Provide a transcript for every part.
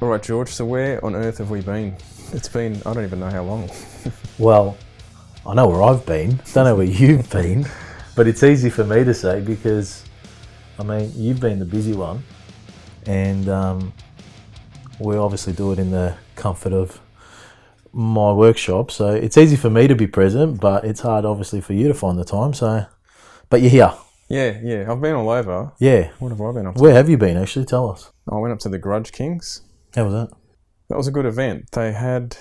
All right, George. So where on earth have we been? It's been I don't even know how long. Well, I know where I've been. Don't know where you've been, but it's easy for me to say because, I mean, you've been the busy one, and um, we obviously do it in the comfort of my workshop. So it's easy for me to be present, but it's hard, obviously, for you to find the time. So, but you're here. Yeah, yeah. I've been all over. Yeah. What have I been up to? Where have you been? Actually, tell us. I went up to the Grudge Kings. How was that? That was a good event. They had,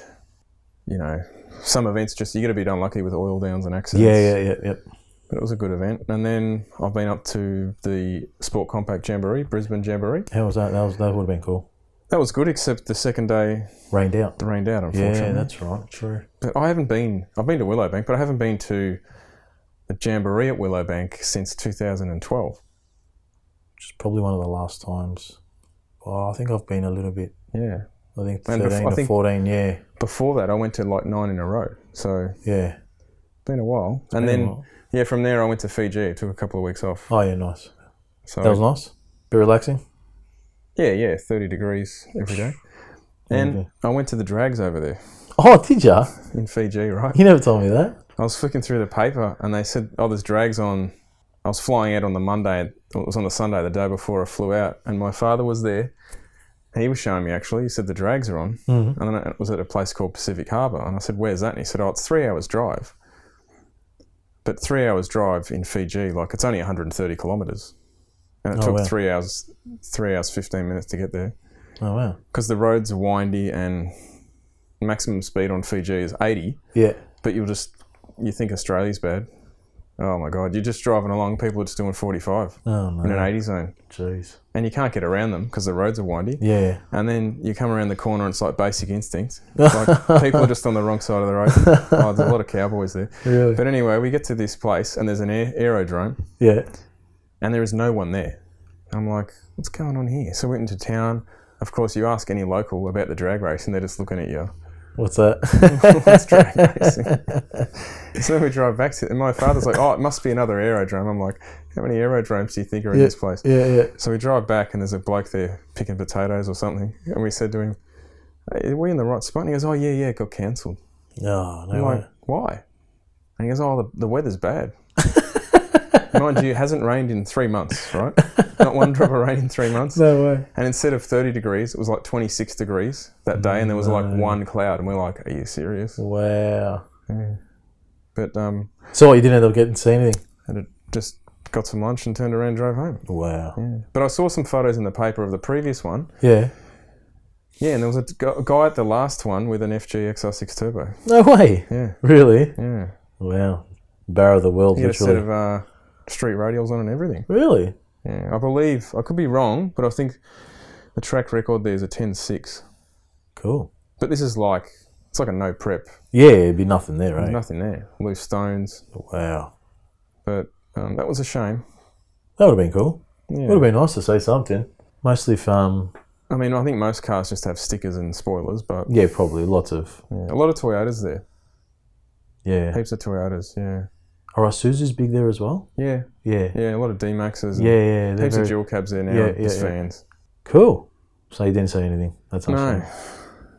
you know, some events just you get a bit unlucky with oil downs and accidents. Yeah, yeah, yeah, yeah. But it was a good event. And then I've been up to the Sport Compact Jamboree, Brisbane Jamboree. How was that? That was that would have been cool. That was good, except the second day Rained out. it rained out, unfortunately. Yeah, that's right. True. But I haven't been. I've been to Willowbank, but I haven't been to the Jamboree at Willowbank since 2012. Which is probably one of the last times. Oh, I think I've been a little bit. Yeah. I think And bef- thirteen I to think- fourteen. Yeah, Before that, I went to like nine in a row. So yeah. been a while. And Been a then while. yeah, from there I went to Fiji. It took a couple of weeks off. Oh yeah, nice. So That was nice. Bit relaxing. yeah, yeah, 30 degrees every day. And Okay. I went to the drags over there Oh, did ya? in Fiji, right? You never told me that. I was flicking through the paper and they said, "Oh, there's drags on." I was flying out on the Monday. Or it was on the Sunday, the day before I flew out, and my father was there. He was showing me actually. He said the drags are on, Mm-hmm. and then it was at a place called Pacific Harbour. And I said, "Where's that?" And he said, "Oh, it's three hours drive." But three hours drive in Fiji, like it's only 130 kilometres, and it Oh, took wow. three hours, three hours 15 minutes to get there Oh wow. because the roads are windy and maximum speed on Fiji is 80 Yeah. but you'll just you think Australia's bad. Oh my God, you're just driving along. People are just doing 45 Oh in an no. 80 zone, Jeez. and you can't get around them because the roads are windy. Yeah. And then you come around the corner, and it's like basic instinct. It's like people are just on the wrong side of the road. Oh, there's a lot of cowboys there. Really. But anyway, we get to this place, and there's an air- aerodrome, Yeah. and there is no one there. I'm like, what's going on here? So we went into town. Of course, you ask any local about the drag race, and they're just looking at you. What's that? That's drag racing. so then we drive back to, and my father's like, "Oh, it must be another aerodrome." I'm like, "How many aerodromes do you think are in this place?" yeah, yeah. So we drive back, and there's a bloke there picking potatoes or something, and we said to him, "Hey, "Are we in the right spot?" And he goes, "Oh yeah, yeah, it got cancelled." Oh no. I'm way. like, "Why?" And he goes, "Oh, the, the weather's bad." Mind you, it hasn't rained in three months, right? Not one drop of rain in three months. No way. And instead of 30 degrees, it was like 26 degrees that day, and there was like one cloud. And we're like, "Are you serious?" Wow. But um, So what, you didn't end up getting to see anything. and it just got some lunch and turned around and drove home. Wow. But I saw some photos in the paper of the previous one. Yeah. Yeah, and there was a gu- guy at the last one with an FG XR6 Turbo. No way. Yeah, Really? yeah. Wow. Barrow of the world, He had a set literally. of uh, street radials on and everything. Really? Yeah, I believe, I could be wrong, but I think the track record there is a 10.6. Cool. But this is like, it's like a no prep. Yeah, it'd be nothing there, right? Nothing there. Loose stones. Wow. But um, that was a shame. That would have been cool. Yeah. Would have been nice to say something. Mostly from I mean, I think most cars just have stickers and spoilers, but yeah, probably lots of yeah, a lot of Toyotas there. yeah. Heaps of Toyotas, yeah. Are Isuzu's big there as well? Yeah, Yeah, yeah, a lot of D Maxes. yeah, yeah. They're heaps very of dual cabs there now. Yeah, Yeah, yeah, just yeah. fans. cool. So you didn't say anything. That's awesome. No,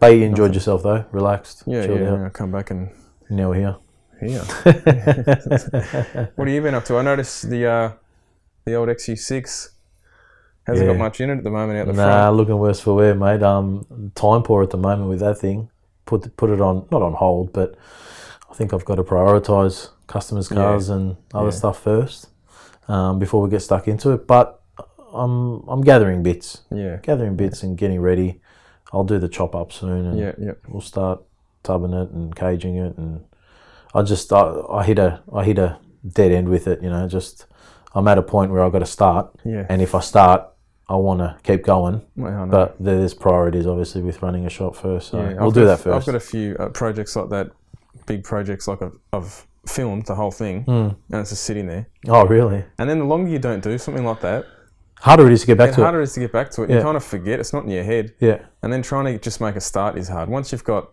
But you enjoyed yourself though, relaxed, yeah, chilled yeah. out. I'll come back and Now we're here. yeah. what have you been up to? I noticed the uh, the old XU6 hasn't Yeah. got much in it at the moment out the Nah, looking worse for wear, mate. Um, time poor at the moment with that thing. Put put it on, not on hold, but I think I've got to prioritise customers' cars and other stuff first um, before we get stuck into it. But I'm I'm gathering bits, front. Yeah, gathering bits and getting ready. I'll do the chop up soon, and yeah, yeah. we'll start tubbing it and caging it. And I just I, I hit a I hit a dead end with it. You know, just I'm at a point where I've got to start, Yeah. and if I start. I want to keep going, Wait, I know. but there- there's priorities, obviously, with running a shop first. So Yeah, we'll I've do got- that I've first. got a few uh, projects like that, big projects like I've, I've filmed the whole thing, Hmm. and it's just sitting there. Oh, really? And then the longer you don't do something like that, Harder it is to get back the to harder it is to get back to it. Yeah. You kind of forget. It's not in your head. it. Yeah. And then trying to just make a start is hard. Once you've got,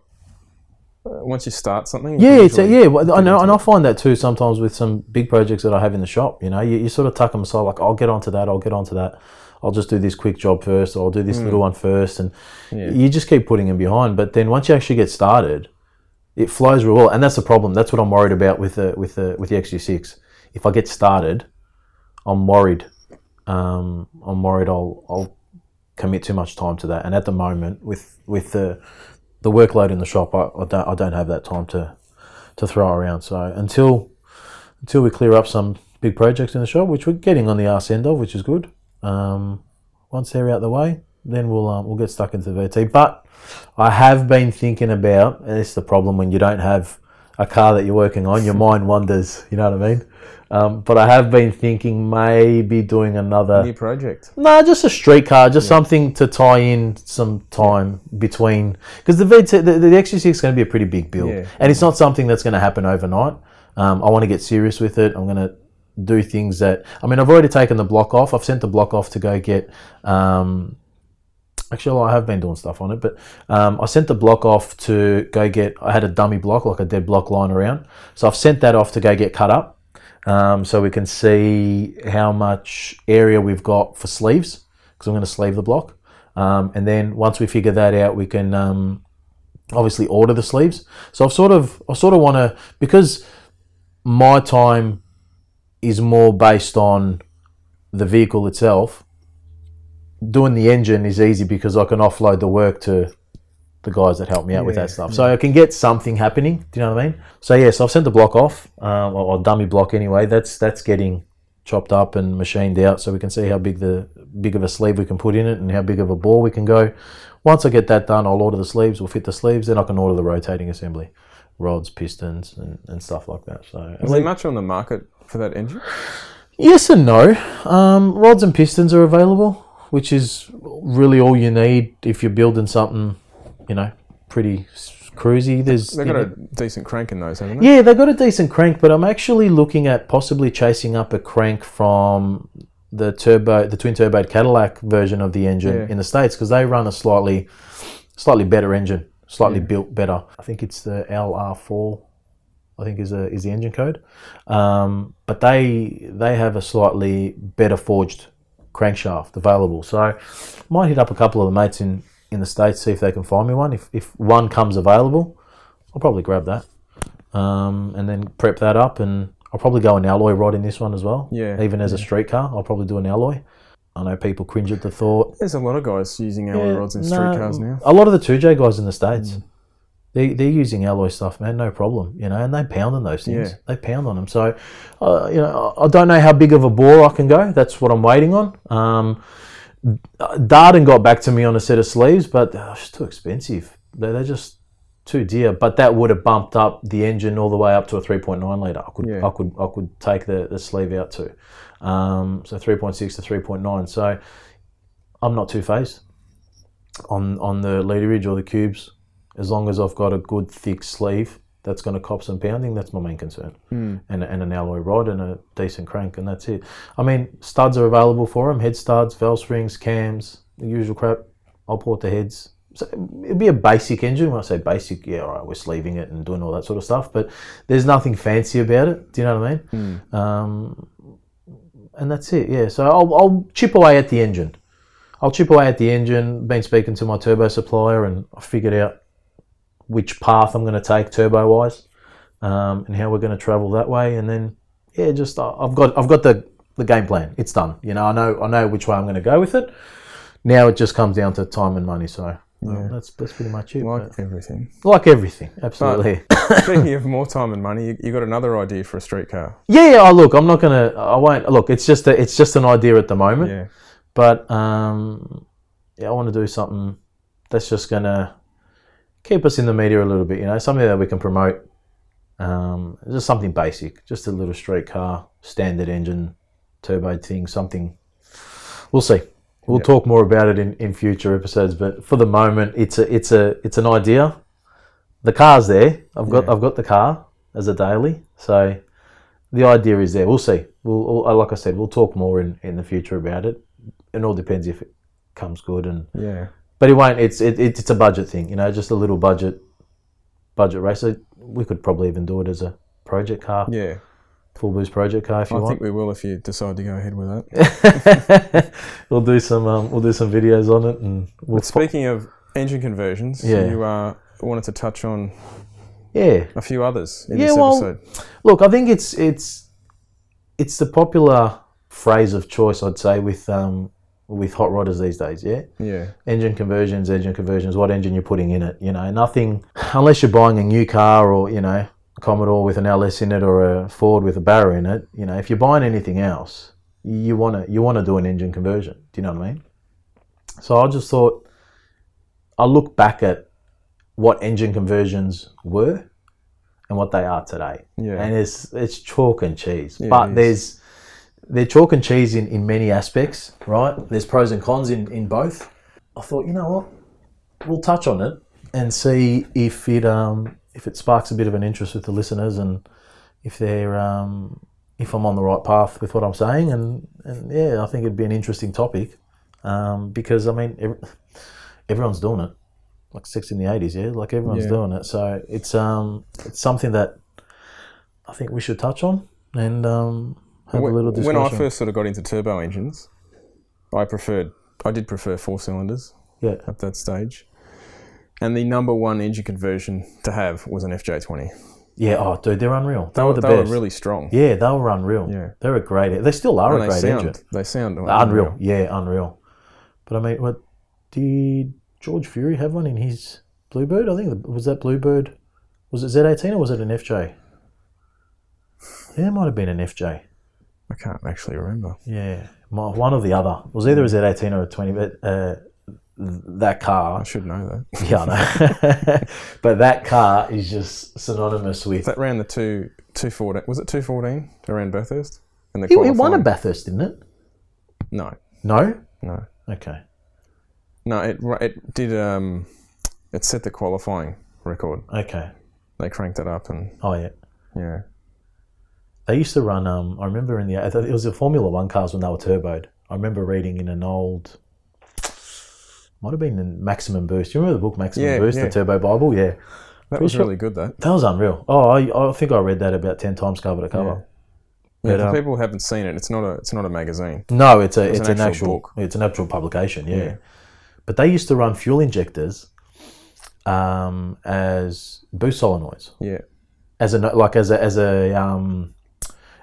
uh, once you start something, you Yeah, can it's a, usually- yeah. well, I know, and I find that too sometimes with some big projects that I have in the shop. You know, you, you sort of tuck them aside, like I'll get onto that, I'll get onto that. I'll just do this quick job first, or I'll do this little one first, and Hmm. Yeah. you just keep putting them behind. But then once you actually get started, it flows real well, and that's the problem. That's what I'm worried about with the with the with the XG6. If I get started, I'm worried. Um, I'm worried I'll I'll commit too much time to that. And at the moment, with with the the workload in the shop, I, I don't I don't have that time to to throw around. So until until we clear up some big projects in the shop, which we're getting on the arse end of, which is good. Um, once they're out the way, then we'll um, we'll get stuck into the VT. But I have been thinking about, and it's the problem when you don't have a car that you're working on, your mind wanders. You know what I mean? Um, but I have been thinking maybe doing another. New project. No, just a street car, just something to tie in some time between because the VT, the, the XG6 is going to be a pretty big build, Yeah. and it's not something that's going to happen overnight. Um, I want to get serious with it. I'm going to do things that I mean, I've already taken the block off. I've sent the block off to go get. Um, actually, I have been doing stuff on it, but um, I sent the block off to go get. I had a dummy block, like a dead block lying around, so I've sent that off to go get cut up um, so we can see how much area we've got for sleeves because I'm going to sleeve the block. Um, and then once we figure that out, we can um, obviously order the sleeves. So I've sort of, I sort of want to because my time is more based on the vehicle itself. Doing the engine is easy because I can offload the work to the guys that help me out with Yeah. that stuff. So I can get something happening. Do you know what I mean? So yes, I've sent the block off, um, or, or dummy block anyway. That's that's getting chopped up and machined out, so we can see how big the big of a sleeve we can put in it and how big of a bore we can go. Once I get that done, I'll order the sleeves. We'll fit the sleeves, then I can order the rotating assembly, rods, pistons, and, and stuff like that. So at Is least- there much on the market for that engine? Yes and no. Um, rods and pistons are available, which is really all you need if you're building something, you know, pretty s- cruisy. There's They've got a decent crank in those, haven't they? yeah, they got a decent crank, but I'm actually looking at possibly chasing up a crank from the turbo, the twin turbo Cadillac version of the engine Yeah. in the states because they run a slightly, slightly better engine, slightly built better. I think it's the LR4. I think is a, is the engine code, um, but they they have a slightly better forged crankshaft available. So might hit up a couple of the mates in in the states see if they can find me one. If if one comes available, I'll probably grab that um, and then prep that up and I'll probably go an alloy rod in this one as well. Yeah. Even as a street car, I'll probably do an alloy. I know people cringe at the thought. There's a lot of guys using alloy rods in No, street cars now. Mm. A lot of the 2J guys in the States, they, they're using alloy stuff, man, no problem, you know, and they pound on those things. Yeah. They pound on them. So, uh, you know, I I don't know how big of a bore I can go. That's what I'm waiting on. Um, Darden got back to me on a set of sleeves, but uh, it's too expensive. They, they're just too dear. But that would have bumped up the engine all the way up to a 3.9 liter. I could, Yeah. I could, I could take the, the sleeve out too. Um, so 3.6 to 3.9. So I'm not too phased on on the leaderage or the cubes. As long as I've got a good thick sleeve that's going to cop some pounding, that's my main concern. Mm. And, and an alloy rod and a decent crank, and that's it. I mean, studs are available for them head studs, valve springs, cams, the usual crap. I'll port the heads. So it'd be a basic engine. When I say basic, yeah, all right, we're sleeving it and doing all that sort of stuff, but there's nothing fancy about it. Do you know what I mean? Um, and that's it, yeah. So I'll, I'll chip away at the engine. I'll chip away at the engine. Been speaking to my turbo supplier, and I figured out which path I'm going to take turbo wise, um, and how we're going to travel that way. And then, yeah, just I- I've got I've got the the game plan. It's done. You know, I know I know which way I'm going to go with it. Now it just comes down to time and money. So um, that's that's pretty much it. Like But- everything. like everything, absolutely. Speaking of more time and money, you, you got another idea for a street car. Yeah, yeah. Oh, look, I'm not gonna. I won't. Look, it's just a, it's just an idea at the moment. Yeah. But um, yeah, I want to do something that's just gonna keep us in the media a little bit. You know, something that we can promote. Um, just something basic, just a little street car, standard engine, turbo thing, something. We'll see. We'll talk more about it in, in future episodes. But for the moment, it's a it's a it's an idea. The car's there. I've got I've got the car as a daily. So the idea is there. We'll see. We'll, we'll like I said, we'll talk more in, in the future about it. It all depends if it comes good and Yeah. but it won't. It's it, it, it's a budget thing, you know, just a little budget budget race. So we could probably even do it as a project car. Yeah. full boost project car if you I want. think we will if you decide to go ahead with that. we'll do some um, we'll do some videos on it and we'll But speaking of engine conversions, Yeah. you uh, wanted to touch on yeah a few others in Yeah, this well- episode. look I think it's it's it's the popular phrase of choice I'd say with um, with hot rodders these days yeah Yeah. engine conversions engine conversions what engine you're putting in it you know nothing unless you're buying a new car or you know a Commodore with an LS in it or a Ford with a Barra in it you know if you're buying anything else you want to you want to do an engine conversion do you know what I mean so I just thought I look back at what engine conversions were and what they are today. Yeah. And it's it's chalk and cheese. it but is. there's they're chalk and cheese in, in many aspects, right? There's pros and cons in, in both. I thought, you know what? We'll touch on it and see if it um if it sparks a bit of an interest with the listeners and if they're um if I'm on the right path with what I'm saying and, and yeah, I think it'd be an interesting topic. Um, because I mean ev- everyone's doing it like six in the eighties, yeah. Like everyone's Yeah. doing it, so it's um it's something that I think we should touch on and um, have a little Wh- When discussion. I first sort of got into turbo engines, I preferred, I did prefer four cylinders yeah, at that stage. And the number one engine conversion to have was an FJ20. yeah. Oh, dude, they're unreal. They, They were were, the they best. were really strong. yeah, they were unreal. Yeah. they're a great. They still are and a they great sound, engine. they sound Unreal. Yeah, unreal. But I mean, what did George Fury have one in his Bluebird? I think was that Bluebird. Was it Z18 or was it an FJ? I think it might have been an FJ. I can't actually remember. Yeah, my, one or the other. It was either a Z18 or a 20, but uh, th- that I car, should know that. yeah, I know. but that car is just synonymous with. that ran the two, 214, was it 214 around Bathurst? And the It, it won a qualifying? Bathurst, didn't it? No, No. no. Okay. No, it, ru- it did, um, it set the qualifying record. Okay. They cranked it up and, Oh yeah. yeah. They used to run. Um, I remember in the I thought it was the Formula One cars when they were turboed. I remember reading in an old. Might have been in Maximum Boost. You remember the book Maximum Yeah, Boost, yeah. the Turbo Bible? Yeah. That was sure. really good, that. That was unreal. Oh, I, I think I read that about 10 times cover to cover. Yeah, But, for um, people who haven't seen it, it's not a it's not a magazine. No, it's a it's, an an, actual actual, book. it's an actual publication. Yeah. Yeah. but they used to run fuel injectors um, as boost solenoids, Yeah, as a like as a as a um,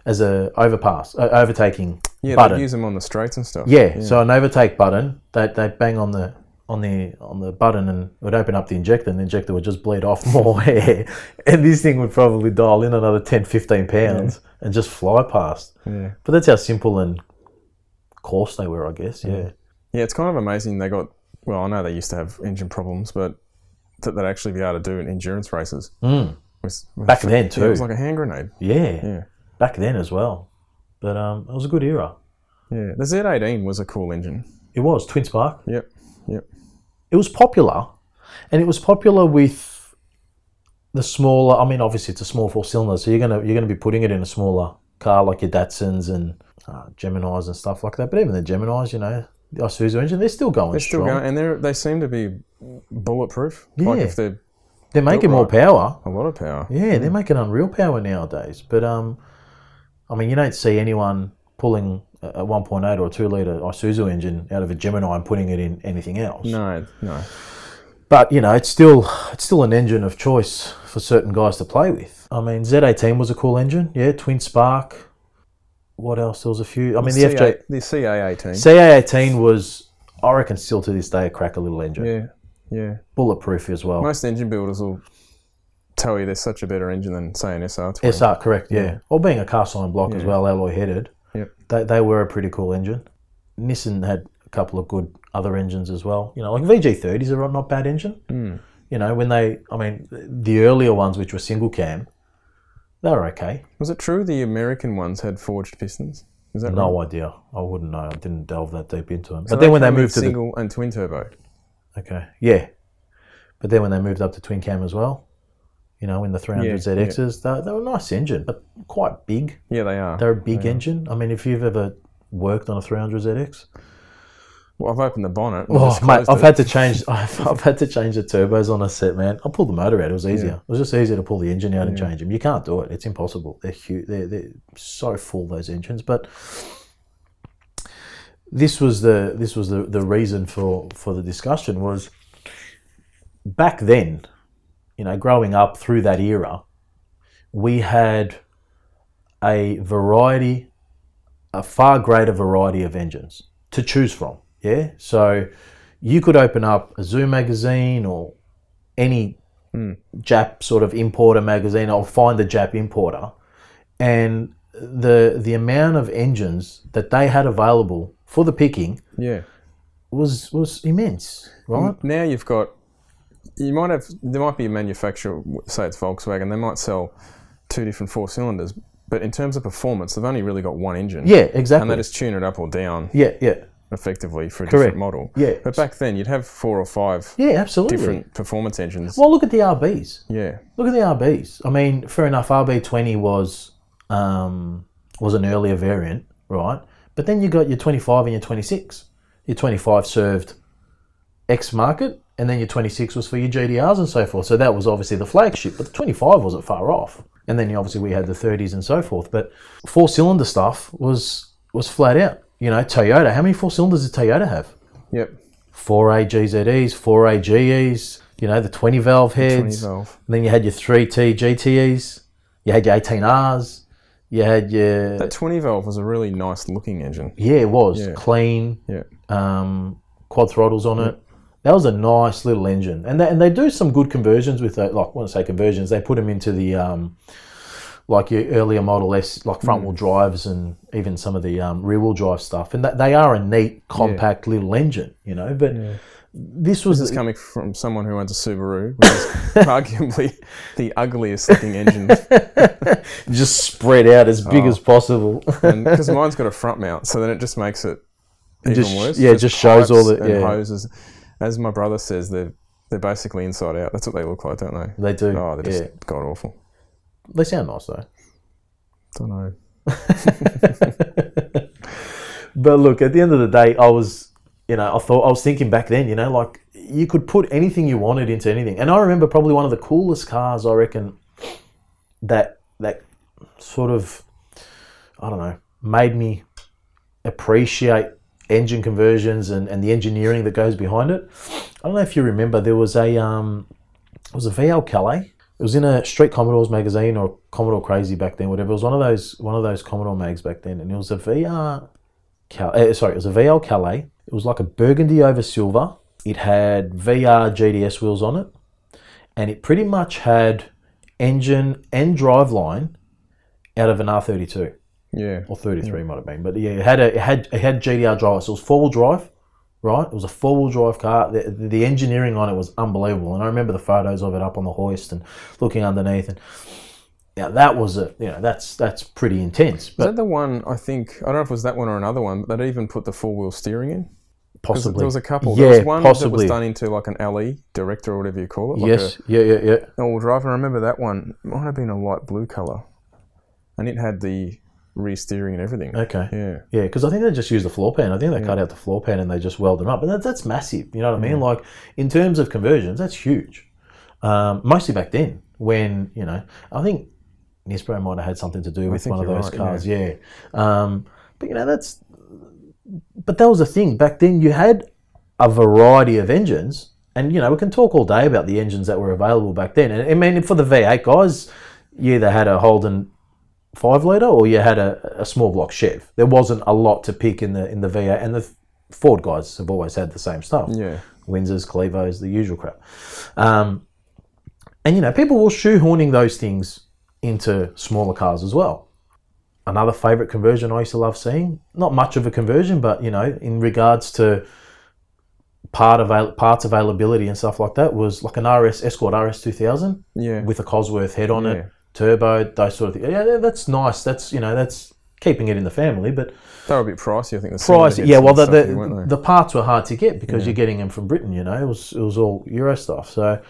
as a overpass uh, overtaking yeah, button. they use them on the straights and stuff. yeah, so an overtake button, they they bang on the on the on the button and it would open up the injector and the injector would just bleed off more air and this thing would probably dial in another 10 15 pounds and just fly past yeah, but that's how simple and coarse they were i guess yeah yeah. It's kind of amazing they got. Well, I know they used to have engine problems, but that they'd actually be able to do in endurance races. Was, was- Hmm. back then yeah, it too was like a hand grenade. Yeah, Yeah. back then as well. But um, it was a good era. Yeah, the Z18 was a cool engine. It was Twin Spark. Yep, yep. It was popular, and it was popular with the smaller. I mean, obviously it's a small four cylinder, so you're gonna you're gonna be putting it in a smaller car like your Datsuns and uh, Gemini's and stuff like that. But even the Gemini's, you know, the Isuzu engine, they're still going They're still strong. going, and they they seem to be bulletproof. Like Yeah. if they're Mm. They're making more Built power. a lot of power. Yeah, they're making unreal power nowadays. But um, I mean, you don't see anyone pulling a a 1.8 or a 2 litre Isuzu engine out of a Gemini and putting it in anything else. No, no. but you know, it's still it's still an engine of choice for certain guys to play with. I mean, Z18 was a cool engine, yeah. Twin spark. What else? There was a few. I mean, the FJ CA the CA18. CA18 was, I reckon, still to this day a cracker little engine, yeah, yeah. bulletproof as well. Most engine builders will tell you there's such a better engine than say an SR20. SR, correct, yeah. Or being a cast iron block as well, alloy headed. Yep. They, they were a pretty cool engine. Nissan had a couple of good other engines as well. You know, like VG30s are not bad engine. Hmm. You know, when they, I mean, the earlier ones, which were single cam, they were okay. Was it true the American ones had forged pistons? Is that right? No idea. I wouldn't know. I didn't delve that deep into them. but Hmm. They then when they came in moved to single and twin turbo, the. Okay, yeah. But then when they moved up to twin cam as well, you know, in the 300 Yeah, yeah. ZXs, they, they were a nice engine, but quite big. yeah, they are. They're a big engine. I mean, if you've ever worked on a 300 ZX, Well, I've opened the bonnet. and Oh, just mate, closed I've it. had to change. I've, I've had to change the turbos on a set, man. I pulled the motor out. It was easier. Yeah. It was just easier to pull the engine out and Yeah. change them. You can't do it. It's impossible. They're huge. They're, they're so full those engines. But this was the this was the, the reason for for the discussion was back then. You know, growing up through that era, we had a variety, a far greater variety of engines to choose from. Yeah. So you could open up a Zoo magazine or any Hmm. Jap sort of importer magazine or find the Jap importer and the the amount of engines that they had available for the picking yeah. was was immense, right? Now you've got, you might have, there might be a manufacturer, say it's Volkswagen, they might sell two different four cylinders, but in terms of performance, they've only really got one engine. Yeah, Hmm. And they exactly. just tune it up or down Yeah, yeah. effectively for a Correct. different model. Yeah. But back then, you'd have four or five Yeah, absolutely. different performance engines. Well, look at the RBs. Yeah. Look at the RBs. I mean, fair enough. RB twenty was um, was an earlier variant, right? But then you got your twenty five and your twenty six. Your twenty five served X market, and then your twenty six was for your GDRs and so forth. So that was obviously the flagship, but the twenty five wasn't far off. And then obviously we had the thirties and so forth. But four cylinder stuff was was flat out. You know, Toyota. How many four cylinders did Toyota have? Yep. 4A GZEs, 4A GEs, you know, the 20 valve heads. 20 valve. And then you had your 3T GTEs, you had your 18Rs, you had your. That 20 valve was a really nice looking engine. yeah, it was Yeah. clean, Yeah. um, quad throttles on it. That was a nice little engine. And they, and they do some good conversions with that. Like, when I say conversions, they put them into the. Um, like your earlier Model S, like front Mm. wheel drives and even some of the um, rear wheel drive stuff. And that, they are a neat, compact little engine, you know. But this was It's coming from someone who owns a Subaru, which is arguably the ugliest looking engine. just spread out as Oh. big as possible. Because mine's got a front mount, so then it just makes it even just- worse. yeah, just shows all pipes the- and yeah. hoses. As my brother says, they're they're basically inside out. That's what they look like, don't they? They do. Oh, they're yeah. just god awful. They sound nice though. Don't know. But look, at the end of the day, I was, you know, I thought I was thinking back then, you know, like you could put anything you wanted into anything. And I remember probably one of the coolest cars, I reckon, that that sort of, I don't know, made me appreciate engine conversions and, and the engineering that goes behind it. I don't know if you remember, there was a um, it was a VL Calais. It was in a Street Commodores magazine or Commodore Crazy back then, whatever. It was one of those one of those Commodore mags back then, and it was a VR. Cal- eh, sorry, it was a VL Calais. It was like a burgundy over silver. It had VR GDS wheels on it, and it pretty much had engine and driveline out of an R32 Yeah. or 33 Hmm. might have been, but yeah, it had a it had it had GDR drive, so it was four wheel drive, right? It was a four wheel drive car. The, the engineering on it was unbelievable, and I remember the photos of it up on the hoist and looking underneath, and yeah, that was a you know that's that's pretty Is intense, but that the one? I think I don't know if it was that one or another one, but they'd even put the four wheel steering in. 'Cause possibly There was a couple. Yeah, there was one that possibly. was done into like an alley director or whatever you call it. Like yes, yeah, yeah, yeah. A all drive. I remember that one. It might have been a light blue color, and it had the rear steering and everything. Okay. Yeah. Yeah, because I think they just used the floor pan. I think they cut out the floor pan and they just weld them up. And that, that's massive. You know what I mean? Like, in terms of conversions, that's huge. Um, mostly back then, when, you know, I think Nisbro might have had something to do with think one of you're those right, cars. Yeah. Um, but, you know, that's. But that was the thing. Back then, you had a variety of engines. And, you know, we can talk all day about the engines that were available back then. And, I mean, for the V8 guys, you either had a Holden five liter or you had a, a small block Chev. There wasn't a lot to pick in the in the V8, and the Ford guys have always had the same stuff: Yeah. Windsors, Clevos, the usual crap. Um, and you know, people were shoehorning those things into smaller cars as well. Another favourite conversion I used to love seeing. Not much of a conversion, but you know, in regards to part avail- parts availability and stuff like that, was like an RS Escort RS two thousand Yeah. with a Cosworth head on Yeah. it, turbo, those sort of things. Yeah, that- that's nice. That's you know that's keeping it in the family, but they were a bit pricey. I think the price. cylinder Yeah, heads well, and the stuff, the, weren't the parts were hard to get because you're getting them from Britain. You know, it was it was all Euro stuff. So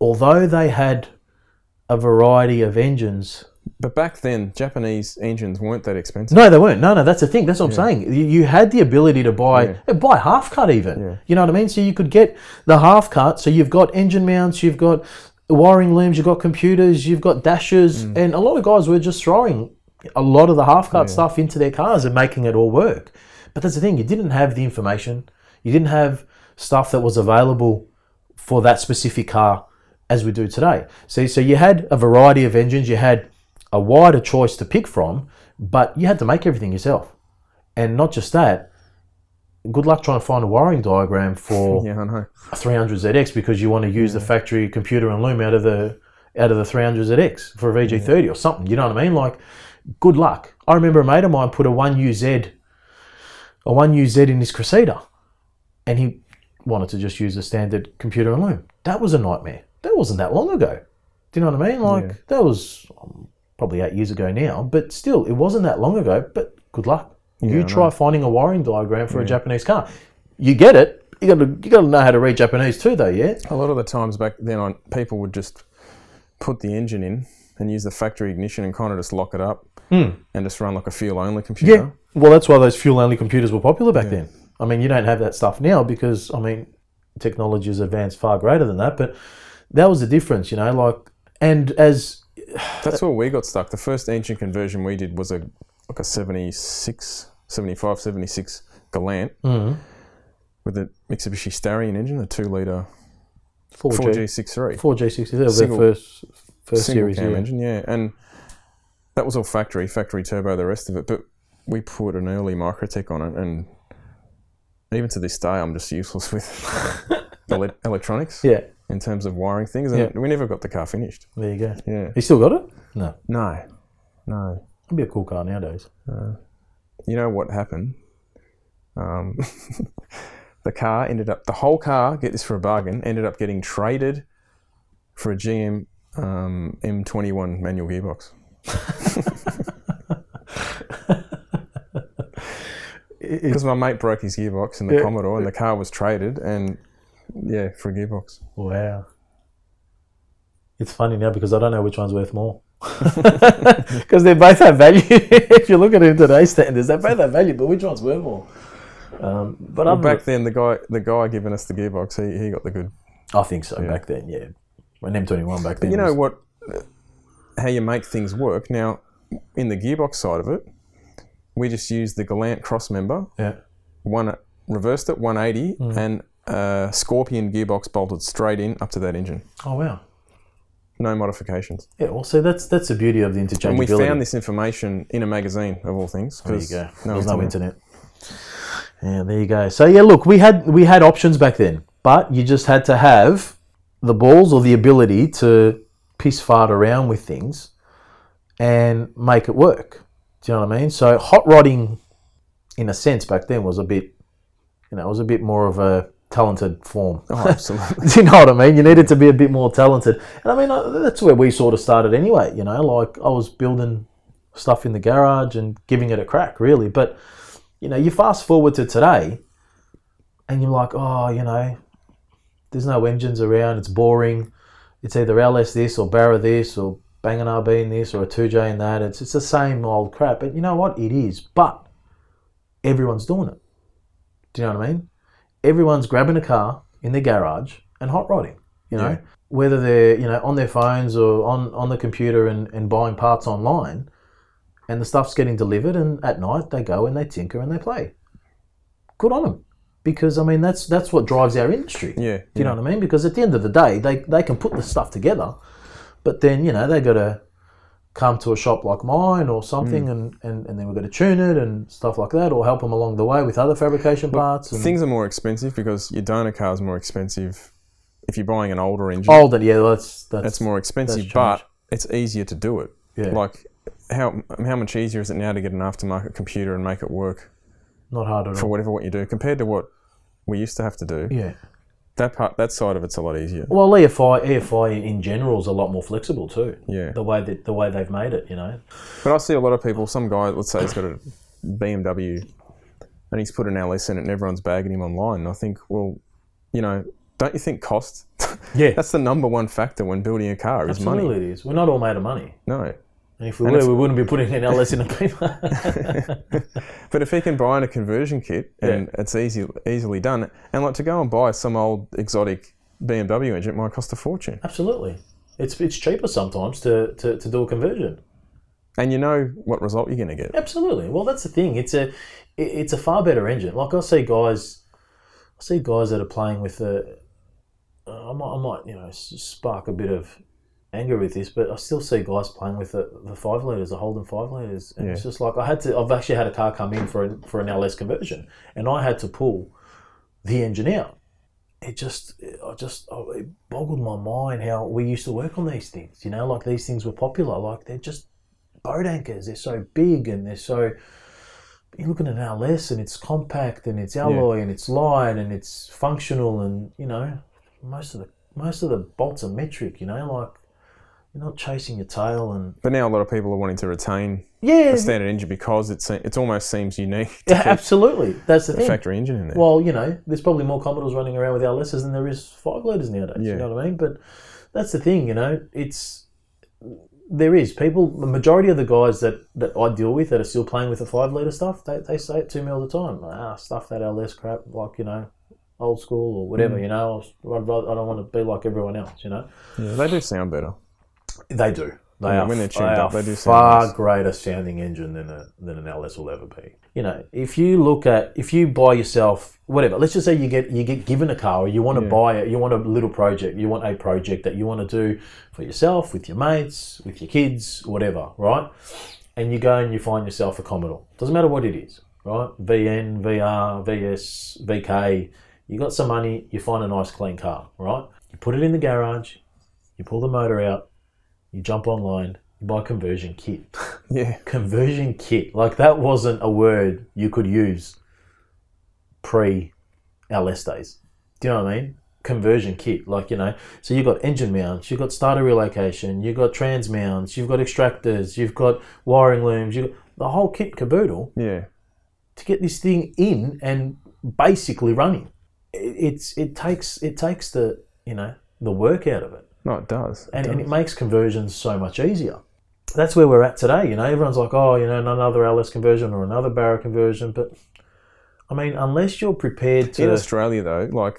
although they had a variety of engines, But back then, Japanese engines weren't that expensive. No, they weren't. No, no, that's the thing. That's what I'm saying. You, you had the ability to buy uh, buy half cut even. You know what I mean? So you could get the half cut. So you've got engine mounts, you've got wiring looms, you've got computers, you've got dashes, and a lot of guys were just throwing a lot of the half cut stuff into their cars and making it all work. But that's the thing. You didn't have the information. You didn't have stuff that was available for that specific car as we do today. See, so you had a variety of engines, you had a wider choice to pick from, but you had to make everything yourself. And not just that, good luck trying to find a wiring diagram for Yeah, I know. a 300ZX because you want to use the factory computer and loom out of the out of the 300ZX for a VG30 or something. You know what I mean? Like, good luck. I remember a mate of mine put a 1UZ, a 1UZ in his Crusader, and he wanted to just use a standard computer and loom. That was a nightmare. That wasn't that long ago. Do you know what I mean? Like, that was um, probably eight years ago now, but still, it wasn't that long ago. But good luck. you try finding a wiring diagram for a Japanese car. You get it. You got to you got to know how to read Japanese too, though. Yeah. A lot of the times back then, on people would just put the engine in and use the factory ignition and kind of just lock it up Hmm. and just run like a fuel only computer. Well, that's why those fuel only computers were popular back then. I mean, you don't have that stuff now because I mean, technology has advanced far greater than that. But that was the difference, you know. Like, and as That's where we got stuck. The first engine conversion we did was a like a 76, 75, 76 Galant Mm-hmm. with the Mitsubishi Starion engine, the 2 litre 4G, 4G63 4G60, that was Single- their first first single series. cam Yeah. engine, yeah. And that was all factory, factory turbo, the rest of it. But we put an early Microtech on it, and even to this day, I'm just useless with ele- electronics yeah. in terms of wiring things. And Yeah. we never got the car finished. There you go. Yeah. You still got it? No. No, no. It'd be a cool car nowadays. you know what happened? Um, the car ended up, the whole car, get this for a bargain, ended up getting traded for a GM um, M21 manual gearbox. Because my mate broke his gearbox in the Yeah. Commodore and the car was traded and, yeah, for a gearbox. Wow. It's funny now because I don't know which one's worth more. Because they both have value. if you look at it in today's standards, they both have value, but which one's worth more? Um, but Well, I'm back then, the guy the guy giving us the gearbox, he, he got the good. I think so back then, yeah. An M21 back then. You know was- what? How you make things work. Now, in the gearbox side of it, we just used the Galant cross member, yeah. one reversed it 180, Mm. and a Scorpion gearbox bolted straight in up to that engine. Oh, wow. No modifications. Yeah, well, so that's that's the beauty of the interchangeability. And we found this information in a magazine of all things. There you go. No There's no internet. internet. Yeah, there you go. So yeah, look, we had we had options back then, but you just had to have the balls or the ability to piss fart around with things and make it work. Do you know what I mean? So hot rodding, in a sense, back then was a bit, you know, it was a bit more of a talented form. Oh, absolutely. Do you know what I mean? You needed to be a bit more talented. And I mean, I- that's where we sort of started anyway, you know, like I was building stuff in the garage and giving it a crack, really. But, you know, you fast forward to today and you're like, oh, you know, there's no engines around, it's boring. It's either LS this or Barra this or Bang an RB in this or a 2J in that. It's, it's the same old crap. And you know what? It is. But everyone's doing it. Do you know what I mean? Everyone's grabbing a car in their garage and hot rodding. You know, Yeah. whether they're you know on their phones or on on the computer and, and buying parts online, and the stuff's getting delivered. And at night they go and they tinker and they play. Good on them, because I mean that's that's what drives our industry. Yeah. Do you know what I mean? Because at the end of the day, they, they can put the stuff together, but then, you know, they got to come to a shop like mine or something Mm. and, and, and then we've got to tune it and stuff like that or help them along the way with other fabrication parts and Things are more expensive because your donor car is more expensive. If you're buying an older engine, old and yeah, that's, that's, it's more expensive, that's charge. but it's easier to do it. Yeah. Like, how, how much easier is it now to get an aftermarket computer and make it work? not hard at for all. whatever what you do compared to what we used to have to do. Yeah. That part, that side of it's a lot easier. Well, E EFI, EFI in general is a lot more flexible too. Yeah. The way that the way they've made it, you know. But I see a lot of people. Some guy, let's say, he's got a BMW, and he's put an LS in it, and everyone's bagging him online. And I think, well, you know, don't you think cost? Yeah. That's the number one factor when building a car is money. Absolutely, it is. We're not all made of money. No, And if we And were, if- we wouldn't be putting an LS in a paper. But if he can buy in a conversion kit and it's easy, easily done, and like to go and buy some old exotic BMW engine, it might cost a fortune. Absolutely. It's, it's cheaper sometimes to, to, to do a conversion. And you know what result you're going to get. Absolutely. Well, that's the thing. It's a it- it's a far better engine. Like I see guys, I see guys that are playing with a. I might, I might you know s- spark a bit of anger with this, but I still see guys playing with the, the five liters, the Holden five liters, and it's just like I had to. I've actually had a car come in for an, for an LS conversion, and I had to pull the engine out. It just, I just, oh, it boggled my mind how we used to work on these things. You know, like these things were popular. Like they're just boat anchors. They're so big and they're so. You're looking at an LS and it's compact and it's alloy and it's light and it's functional and you know most of the most of the bolts are metric. You know, like you're not chasing your tail and But now a lot of people are wanting to retain yeah, a standard engine because it, se- it almost seems unique to yeah absolutely. That's the a thing. factory engine in there. Well, you know, there's probably more Commodores running around with LSs than there is five liters nowadays. You Yeah. know what I mean? But that's the thing, you know, it's there is people. The majority of the guys that that I deal with that are still playing with the five liter stuff, they, they say it to me all the time. Like, ah, stuff that LS crap, like you know, old school or Mm. whatever. You know, I'd rather, I don't want to be like everyone else. You know, Yeah, they do sound better. they do. They Yeah, are, when they're tuned they up, are they do sound far nice. greater sounding engine than, a, than an LS will ever be. You know, if you look at if you buy yourself whatever, let's just say you get you get given a car or you want to buy it, you want a little project, you want a project that you want to do for yourself, with your mates, with your kids, whatever, right? And you go and you find yourself a Commodore. Doesn't matter what it is, right? VN, VR, VS, VK. You got some money, you find a nice clean car, right? You put it in the garage, you pull the motor out, you jump online, you buy a conversion kit. Yeah. conversion kit, like that wasn't a word you could use pre LS days. Do you know what I mean? Conversion kit, like you know. So you've got engine mounts, you've got starter relocation, you've got trans mounts, you've got extractors, you've got wiring looms, you've got the whole kit caboodle Yeah. to get this thing in and basically running. It- It's it takes it takes the you know the work out of it No, it does. It and, does. and it makes conversions so much easier. That's where we're at today. You know, everyone's like, oh, you know, another LS conversion or another Barra conversion, but I mean, unless you're prepared in to, Australia, though, like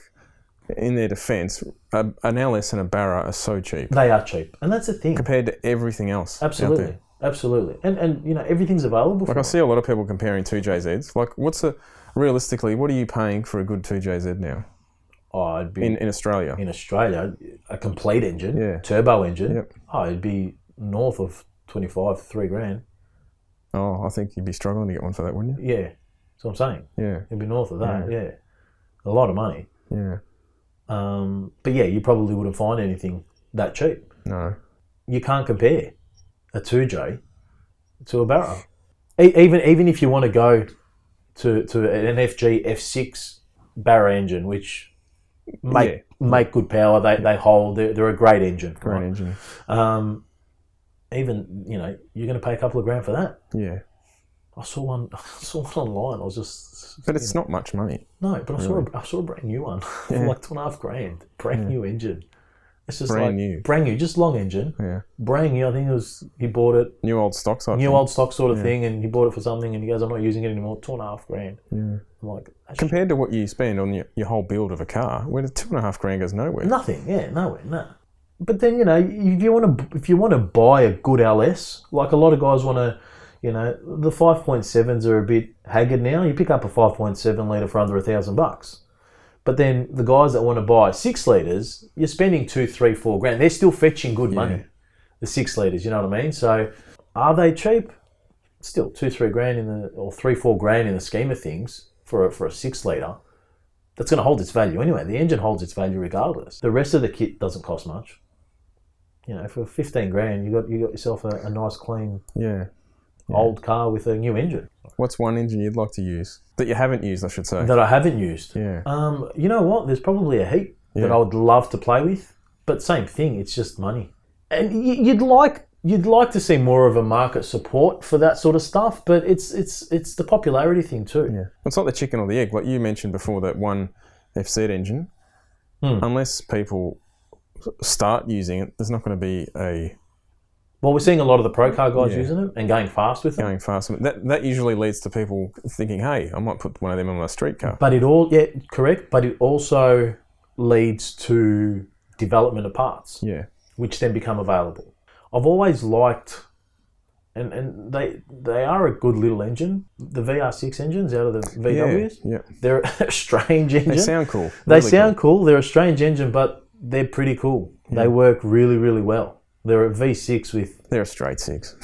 in their defence, a, an LS and a Barra are so cheap they are cheap, and that's the thing. compared to everything else. out there. Absolutely, absolutely, and and you know, everything's available. For Like I see a lot of people comparing two JZs. Like, what's a realistically, what are you paying for a good two JZ now oh, I'd be in, in, in Australia? Australia, a complete engine, Yeah. turbo engine. Yep. Oh, it'd be north of twenty five, three grand. Oh, I think you'd be struggling to get one for that, wouldn't you? Yeah, that's what I'm saying. Yeah, It'd be north of that. yeah. a lot of money. yeah. Um, but yeah, you probably wouldn't find anything that cheap. No, You can't compare a 2J to a Barra. E- even even if you want to go to, to an FG F6 Barra engine, which make make good power, they, they hold, they're, they're a great engine. great right? engine. Um, even, you know, you're going to pay a couple of grand for that. Yeah, I saw one, I saw one online. I was just but it's not much money. no, but I saw a, I saw a brand new one for like two and a half grand, brand new engine. It's just Brand like new. brand new, just long engine, Yeah, brand new. I think it was he bought it new old stock site. new old stock sort of thing, and he bought it for something, and he goes, "I'm not using it anymore." Two and a half grand. Yeah. I'm like that's Compared to what you spend on your, your whole build of a car, where the two and a half grand goes nowhere. nothing. Yeah, nowhere, no. But then you know, if you want to, if you want to buy a good LS, like a lot of guys want to, you know, the five point sevens are a bit haggard now. You pick up a five point seven liter for under a thousand bucks. But then the guys that want to buy six liters, you're spending two, three, four grand. They're still fetching good money, the six liters. You know what I mean? So, are they cheap? Still two, three grand in the or three, four grand in the scheme of things for a, for a six liter. That's going to hold its value anyway. The engine holds its value regardless. The rest of the kit doesn't cost much. You know, for fifteen grand, you got you got yourself a, a nice, clean Yeah. old car with a new engine What's one engine you'd like to use that you haven't used? I should say. that I haven't used. yeah. Um, you know what? There's probably a heap that Yeah. I would love to play with, but same thing. It's just money, and y- you'd like you'd like to see more of a market support for that sort of stuff. But it's it's it's the popularity thing too. Yeah. It's not the chicken or the egg. Like you mentioned before, that one FZ engine, Hmm. unless people start using it, there's not going to be a Well, we're seeing a lot of the pro car guys Yeah. using them and going fast with them. going fast. That that usually leads to people thinking, "Hey, I might put one of them on my street car." But it all, yeah, correct. But it also leads to development of parts, Yeah, which then become available. I've always liked, and, and they they are a good little engine. The VR6 engines out of the yeah, VWs, yeah. they're a strange engine. They sound cool. They really sound cool. They're a strange engine, but they're pretty cool. They work really, really well. They're a V6 with cool. They're a straight six,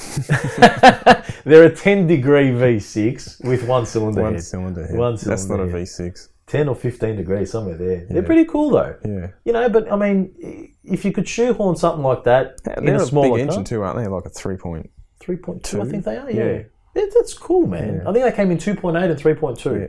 they're a 10 degree V6 with one cylinder one head. cylinder. Head. One That's not cylinder a head. V six. 10 or 15 degrees somewhere there. They're pretty cool though. Yeah, You know, but I mean, if you could shoehorn something like that in they're a a, smaller big car, engine too, aren't they? Like a three point. 3.2, I think they are. Yeah, Yeah. Yeah, that's cool, man. I think they came in 2.8 and 3.2. Yeah.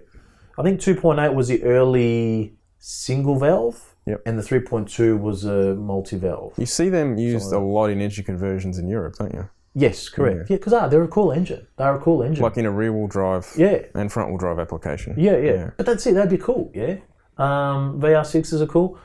I think 2.8 was the early single valve, Yep. and the 3.2 was a multi valve. You see them used a lot in engine conversions in Europe, don't you? Yes, correct. Yeah, because ah, they're a cool engine. They're a cool engine. Like in a rear wheel drive yeah. and front wheel drive application. Yeah, yeah, But that's it. That'd be cool. Yeah. Um, VR sixes are cool.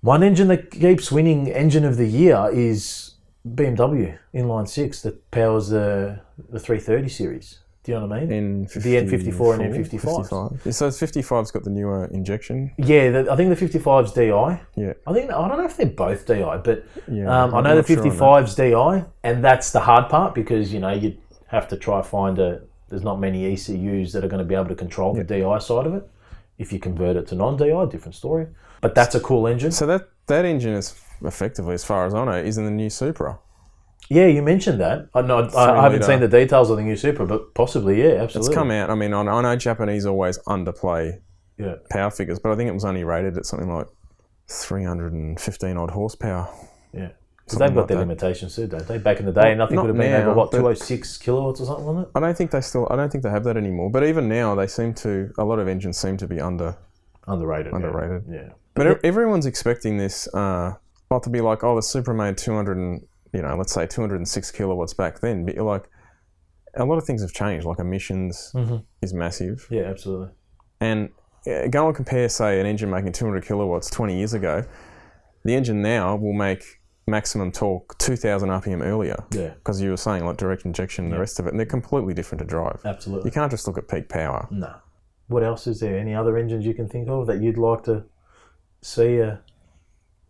One engine that keeps winning engine of the year is BMW inline six that powers the the 330 series. Do you know what I mean? N The N54 and N55s. 55. So 55's got the newer injection. Yeah, the, I think the 55's DI. Yeah. I think I don't know if they're both DI, but Yeah, um, I I'm know the not sure on that. 55's DI, and that's the hard part because you know you have to try find a. There's not many ECUs that are going to be able to control the DI side of it. If you convert it to non-DI, different story. But that's a cool engine. So that that engine is effectively, as far as I know, is in the new Supra. Yeah, you mentioned that. I, no, I, I haven't litre. seen the details of the new Supra, but possibly, yeah, absolutely. It's come out. I mean, I I know Japanese always underplay Yeah. power figures, but I think it was only rated at something like 315 odd horsepower. Yeah. Something Because they've got like their that. limitations too, don't they? Back in the day, nothing not would have been over now, what but- 206 kilowatts or something, wasn't it? I don't think they still. I don't think they have that anymore. But even now, they seem to. A lot of engines seem to be under Underrated. yeah. underrated. Yeah. But e- everyone's expecting this uh, not to be like, oh, the Supra made 200 and, you know, let's say 206 kilowatts back then. But you're like, a lot of things have changed. Like emissions is massive. Yeah, absolutely. And uh, go and compare, say, an engine making 200 kilowatts 20 years ago. The engine now will make maximum torque 2,000 RPM earlier. Yeah. Because you were saying like direct injection and the rest of it. And they're completely different to drive. Absolutely. You can't just look at peak power. No. What else is there? Any other engines you can think of that you'd like to see a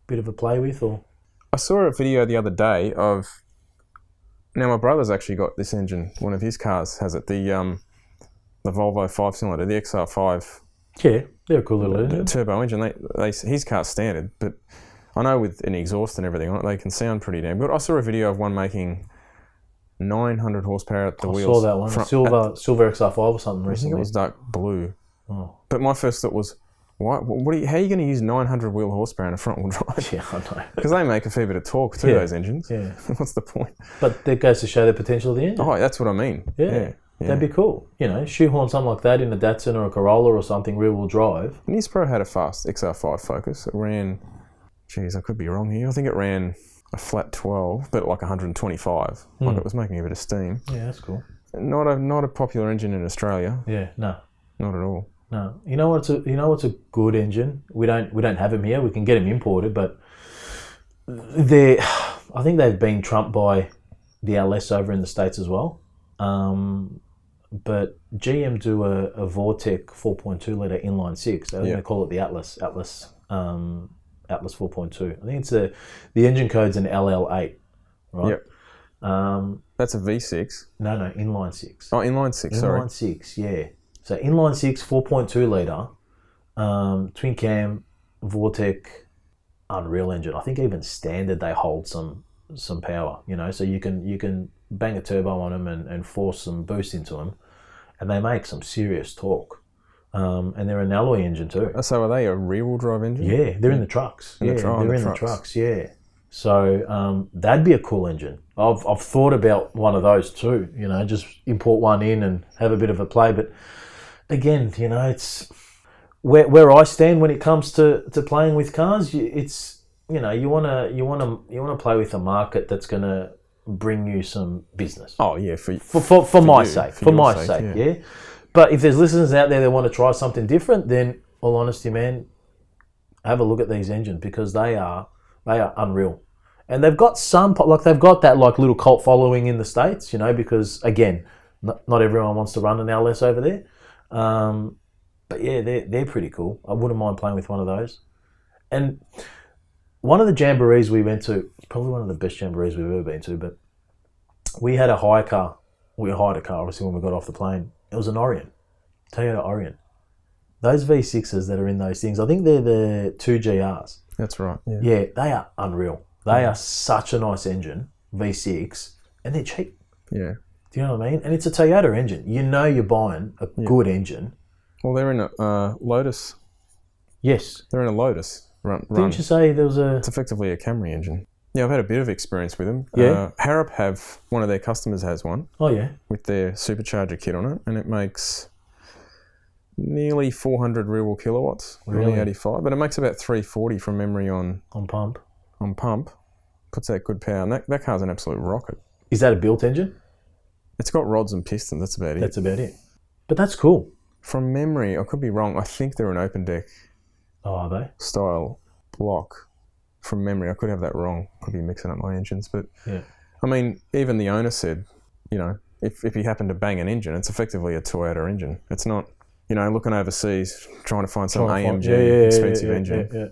bit of a play with, or I saw a video the other day of. Now my brother's actually got this engine. One of his cars has it. The um, the Volvo five cylinder, the XR5 yeah, they're a cool little engine. turbo engine. They, they his car's standard, but I know with an exhaust and everything on it, they can sound pretty damn good. I saw a video of one making 900 horsepower at the I wheels. saw that one, front- at- silver, silver XR5 or something I think it recently. was dark blue. Oh. But my first thought was, why? What are you, how are you going to use 900 wheel horsepower in a front wheel drive? Yeah, I know. Because they make a fair bit of torque too. Yeah. Those engines. Yeah, What's the point? but that goes to show the potential of the engine. Oh, that's what I mean. Yeah. yeah. That'd be cool. You know, shoehorn something like that in a Datsun or a Corolla or something, rear wheel drive. And this Pro had a fast XR5 Focus. It ran, geez, I could be wrong here. I think it ran a flat 12, but at like 125. Hmm. Like it was making a bit of steam. Yeah, that's cool. Not a not a popular engine in Australia. Yeah, no, Not at all. no. You know what's a you know what's a good engine? We don't we don't have them here. We can get them imported, but they I think they've been trumped by the LS over in the states as well. Um, but GM do a, a Vortec 4.2 liter inline six. I think Yeah. they call it the Atlas Atlas um, Atlas 4.2. I think it's a the engine code's an LL8, right? Yep. Um, That's a V6. No, no, inline six. Oh, inline six. sorry. inline six, yeah. So inline six, four point two liter, um, twin cam, Vortec, Unreal Engine. I think even standard they hold some some power. You know, so you can you can bang a turbo on them and, and force some boost into them, and they make some serious torque. Um, and they're an alloy engine too. Uh, So are they a rear wheel drive engine? Yeah, they're in the trucks. the yeah, tru- they're the in trucks. the trucks. Yeah. So um, that'd be a cool engine. I've, I've thought about one of those too. You know, just import one in and have a bit of a play. But again, you know, it's where, where I stand when it comes to, to playing with cars. you- It's you know, you wanna you wanna you wanna play with a market that's gonna bring you some business Oh, yeah. For, for, for, for my you, sake, for, for your my sake, sake, yeah. But if there's listeners out there that want to try something different, then all honesty, man, have a look at these engines because they are they are unreal, and they've got some po- like they've got that like little cult following in the states, you know, because again, not, not everyone wants to run an LS over there. Um, but yeah, they're they're pretty cool. I wouldn't mind playing with one of those. And one of the jamborees we went to, it's probably one of the best jamborees we've ever been to, but we had a hire car. We hired a car, obviously, when we got off the plane. It was an Orion, Toyota Orion. Those V6s that are in those things, I think they're the 2GRs. That's right. Yeah. Yeah, they are unreal. They are such a nice engine, V6, and they're cheap. Yeah. Do you know what I mean? And it's a Toyota engine. You know you're buying a good engine. Well, they're in a uh, Lotus. Yes. They're in a Lotus run. run. Didn't you say there was a. It's effectively a Camry engine. Yeah, I've had a bit of experience with them. Yeah? Uh, Harrop have one of their customers has one Oh, yeah. with their supercharger kit on it, and it makes nearly 400 real wheel kilowatts, Really? really 85, but it makes about 340 from memory on On pump. on pump. Puts out good power, and that, that car's an absolute rocket. Is that a built engine? It's got rods and pistons. That's about it. That's about it. But that's cool. From memory, I could be wrong. I think they're an open deck Oh, are they? style block from memory. I could have that wrong. Could be mixing up my engines, but Yeah. I mean, even the owner said, you know, if if you happen to bang an engine, it's effectively a Toyota engine. It's not, you know, looking overseas trying to find some Trying AMG to find- yeah, yeah, yeah, expensive yeah, engine. Yeah,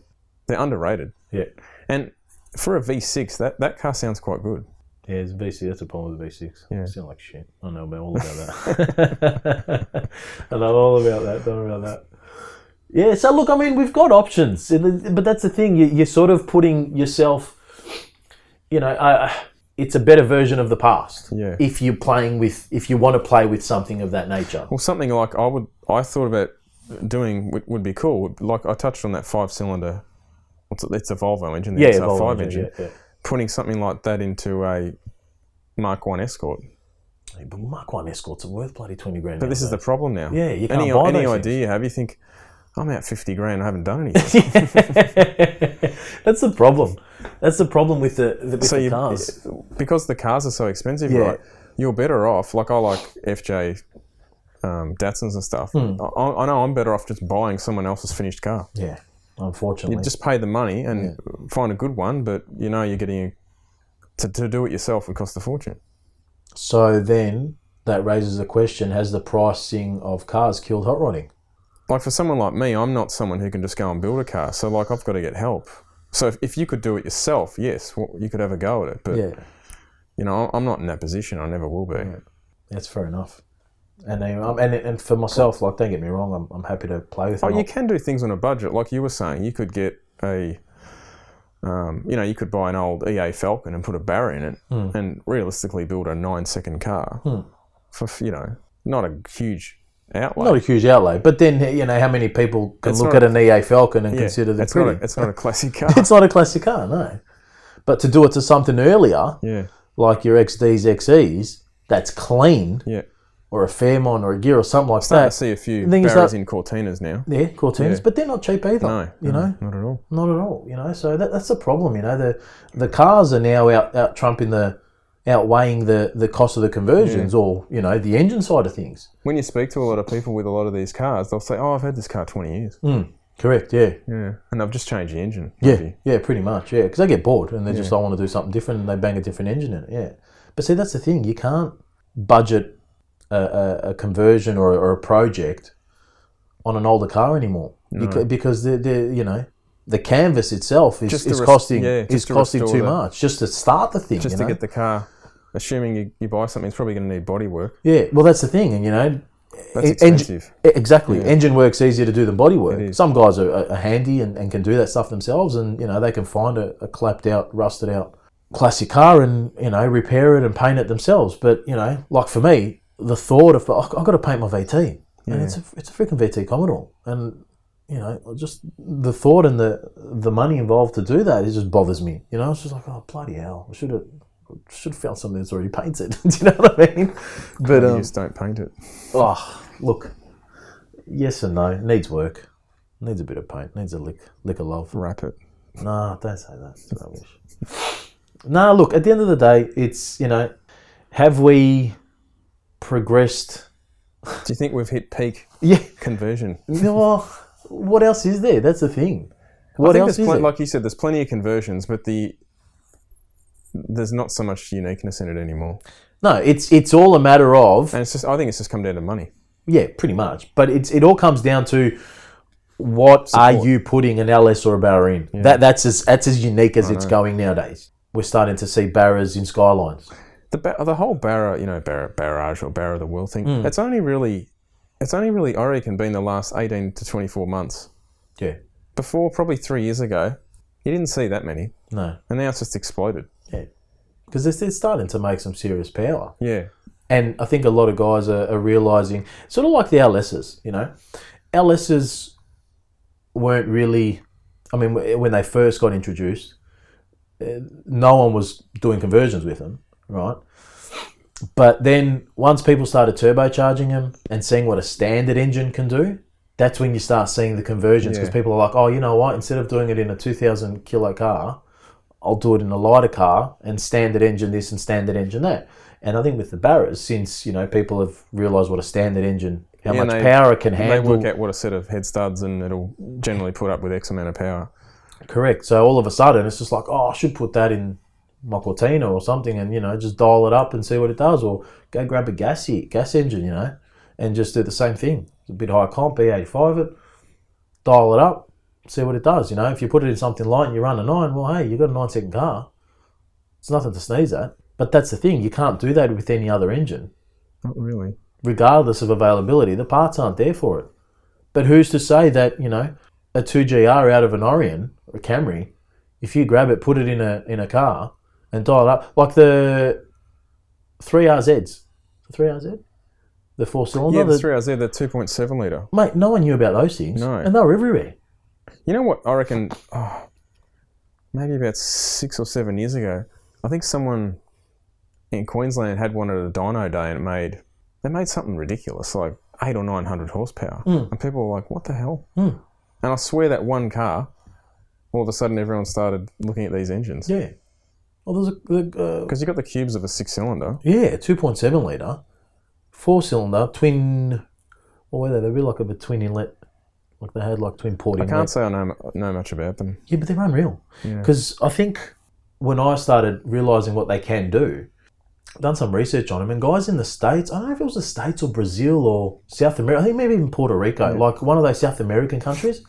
They're underrated, yeah, yeah. and for a V6, that that car sounds quite good. Yeah, it's VC. That's the problem with the V6. Yeah. Sound like shit. I know about all about that. I know all about that. Don't worry about that. Yeah. So look, I mean, we've got options, And it- but that's the thing. You, you're sort of putting yourself. You know, uh, it's a better version of the past. Yeah. If you're playing with, if you want to play with something of that nature. Well, something like I would, I thought about doing would, would be cool. Like I touched on that five-cylinder. What's it, it's a Volvo engine, the Yeah, XR5 Volvo engine. Yeah, Putting something like that into a Mark One Escort. yeah. Hey, But Mark One Escorts are worth bloody twenty grand. But this is the problem now. Yeah, you any can't buy any those idea you have, you think I'm out fifty grand. I haven't done anything. That's the problem. That's the problem with the, the, with so the you, cars. because the cars are so expensive, Yeah. right? You're better off. Like I like FJ um, Datsuns and stuff. Hmm. I, I know I'm better off just buying someone else's finished car. Yeah, unfortunately. Just pay the money and find a good one, but you know you're getting a, to, to do it yourself would cost a fortune. so then that raises the question: Has the pricing of cars killed hot rodding? Like for someone like me, I'm not someone who can just go and build a car. So like I've got to get help. So if, if you could do it yourself, yes, well, you could have a go at it. But you know, I'm not in that position. I never will be. that's fair enough. And they, um, and and for myself, like don't get me wrong, I'm, I'm happy to play with. Oh, them. you can do things on a budget, like you were saying. You could get a, um, you know, you could buy an old EA Falcon and put a barra in it, Hmm. and realistically build a nine-second car for f- you know not a huge outlay. Not a huge outlay, but then you know how many people can It's look not- at an EA Falcon and Yeah, consider the it's not pretty. a, it's not a classic car. it's not a classic car, no. But to do it to something earlier, yeah, like your XDs, XEs, that's clean, yeah. or a Fairmont or a Gear or something like I that. see a few thing is barras that- in Cortinas now. Yeah, Cortinas, but they're not cheap either. No, you know, not at all. Not at all, you know. So that, that's the problem, you know. The the cars are now out out trumping the outweighing the the cost of the conversions or you know the engine side of things. When you speak to a lot of people with a lot of these cars, they'll say, "Oh, I've had this car 20 years." Mm. Correct. Yeah. Yeah, and I've just changed the engine. Yeah. maybe. Yeah. Pretty much. Yeah. Because they get bored and they just I want to do something different and they bang a different engine in it. Yeah. But see, that's the thing. You can't budget a, a, a conversion or, or a project on an older car anymore Beca- because they're, they're you know. The canvas itself is, Just to is res- costing yeah, is just to costing restore too the- much just to start the thing. Just you to know? get the car, assuming you, you buy something, it's probably going to need body work. Yeah, well, that's the thing, and you know, That's e- engine- expensive. e- exactly. Engine work's easier to do than body work. is. Some guys are, are handy and, and can do that stuff themselves, and you know they can find a, a clapped out, rusted out classic car and you know repair it and paint it themselves. But you know, like for me, the thought of "Oh, I've got to paint my VT, and it's a it's a freaking VT Commodore, and you know, just the thought and the the money involved to do that it just bothers me. You know, it's just like oh bloody hell, I should have should have found something that's already painted. do you know what I mean? But you um, just don't paint it. Oh, look. Yes and no. Needs work. Needs a bit of paint. Needs a lick, lick of love. Wrap it. Nah, don't say that. It's rubbish. nah, look. At the end of the day, it's you know, have we progressed? Do you think we've hit peak Yeah. conversion? No. What else is there? That's the thing. I What think else there's is plen- there? Like you said, there's plenty of conversions, but the there's not so much uniqueness in it anymore. No, it's it's all a matter of And it's just, I think it's just come down to money. yeah, pretty much. But it's it all comes down to what are Support. you putting an LS or a barra in? That that's as that's as unique as it's going nowadays. We're starting to see barras in skylines. The ba- the whole barra, you know, barra, barrage or barra of the world thing. Mm. It's only really, it's only really I reckon been the last eighteen to twenty four months. Yeah. Before probably three years ago, you didn't see that many, No. and now it's just exploded. Yeah. Because they're, they're starting to make some serious power. Yeah, And I think a lot of guys are, are realizing, sort of like the LSs, you know, LSs weren't really, I mean, wh- when they first got introduced, eh, no one was doing conversions with them, right? But then once people started turbocharging them and seeing what a standard engine can do, that's when you start seeing the conversions because Yeah. people are like, oh, you know what? Instead of doing it in a 2,000 kilo car, I'll do it in a lighter car and standard engine this and standard engine that. And I think with the Barras, since you know people have realised what a standard engine, how Yeah, much and they- power it can they handle. work out what a set of head studs, and it'll generally put up with X amount of power. Correct. So all of a sudden, it's just like, oh, I should put that in my Cortina or something, and you know, just dial it up and see what it does, or go grab a gas e- gas engine, you know, and just do the same thing. It's a bit higher comp, E85 it, dial it up, see what it does. You know, if you put it in something light and you run a nine, well, hey, you got a nine second car. It's nothing to sneeze at. But that's the thing, you can't do that with any other engine Not really. regardless of availability. The parts aren't there for it. But who's to say that, you know, a 2GR out of an Orion or a Camry, if you grab it, put it in a in a car and dial it up, like the 3RZs, the 3RZ, the four cylinder, Yeah, the the- three hours there, the two point seven liter. mate, no one knew about those things, No. and they were everywhere. You know what? I reckon oh, maybe about six or seven years ago, I think someone in Queensland had one at a dyno day and it made they made something ridiculous, like eight or nine hundred horsepower, and people were like, "What the hell?" Mm. And I swear that one car, all of a sudden, everyone started looking at these engines Yeah. Well, there's a, the, uh, because you got the cubes of a six cylinder. Yeah, two point seven liter, four cylinder, twin. Or whether they'd be like a, twin inlet, like they had like twin port I inlet. can't say I know know much about them. Yeah, but they're unreal. Yeah. Because I think when I started realizing what they can do, I've done some research on them, and guys in the States, I don't know if it was the States or Brazil or South America, I think maybe even Puerto Rico, like one of those South American countries,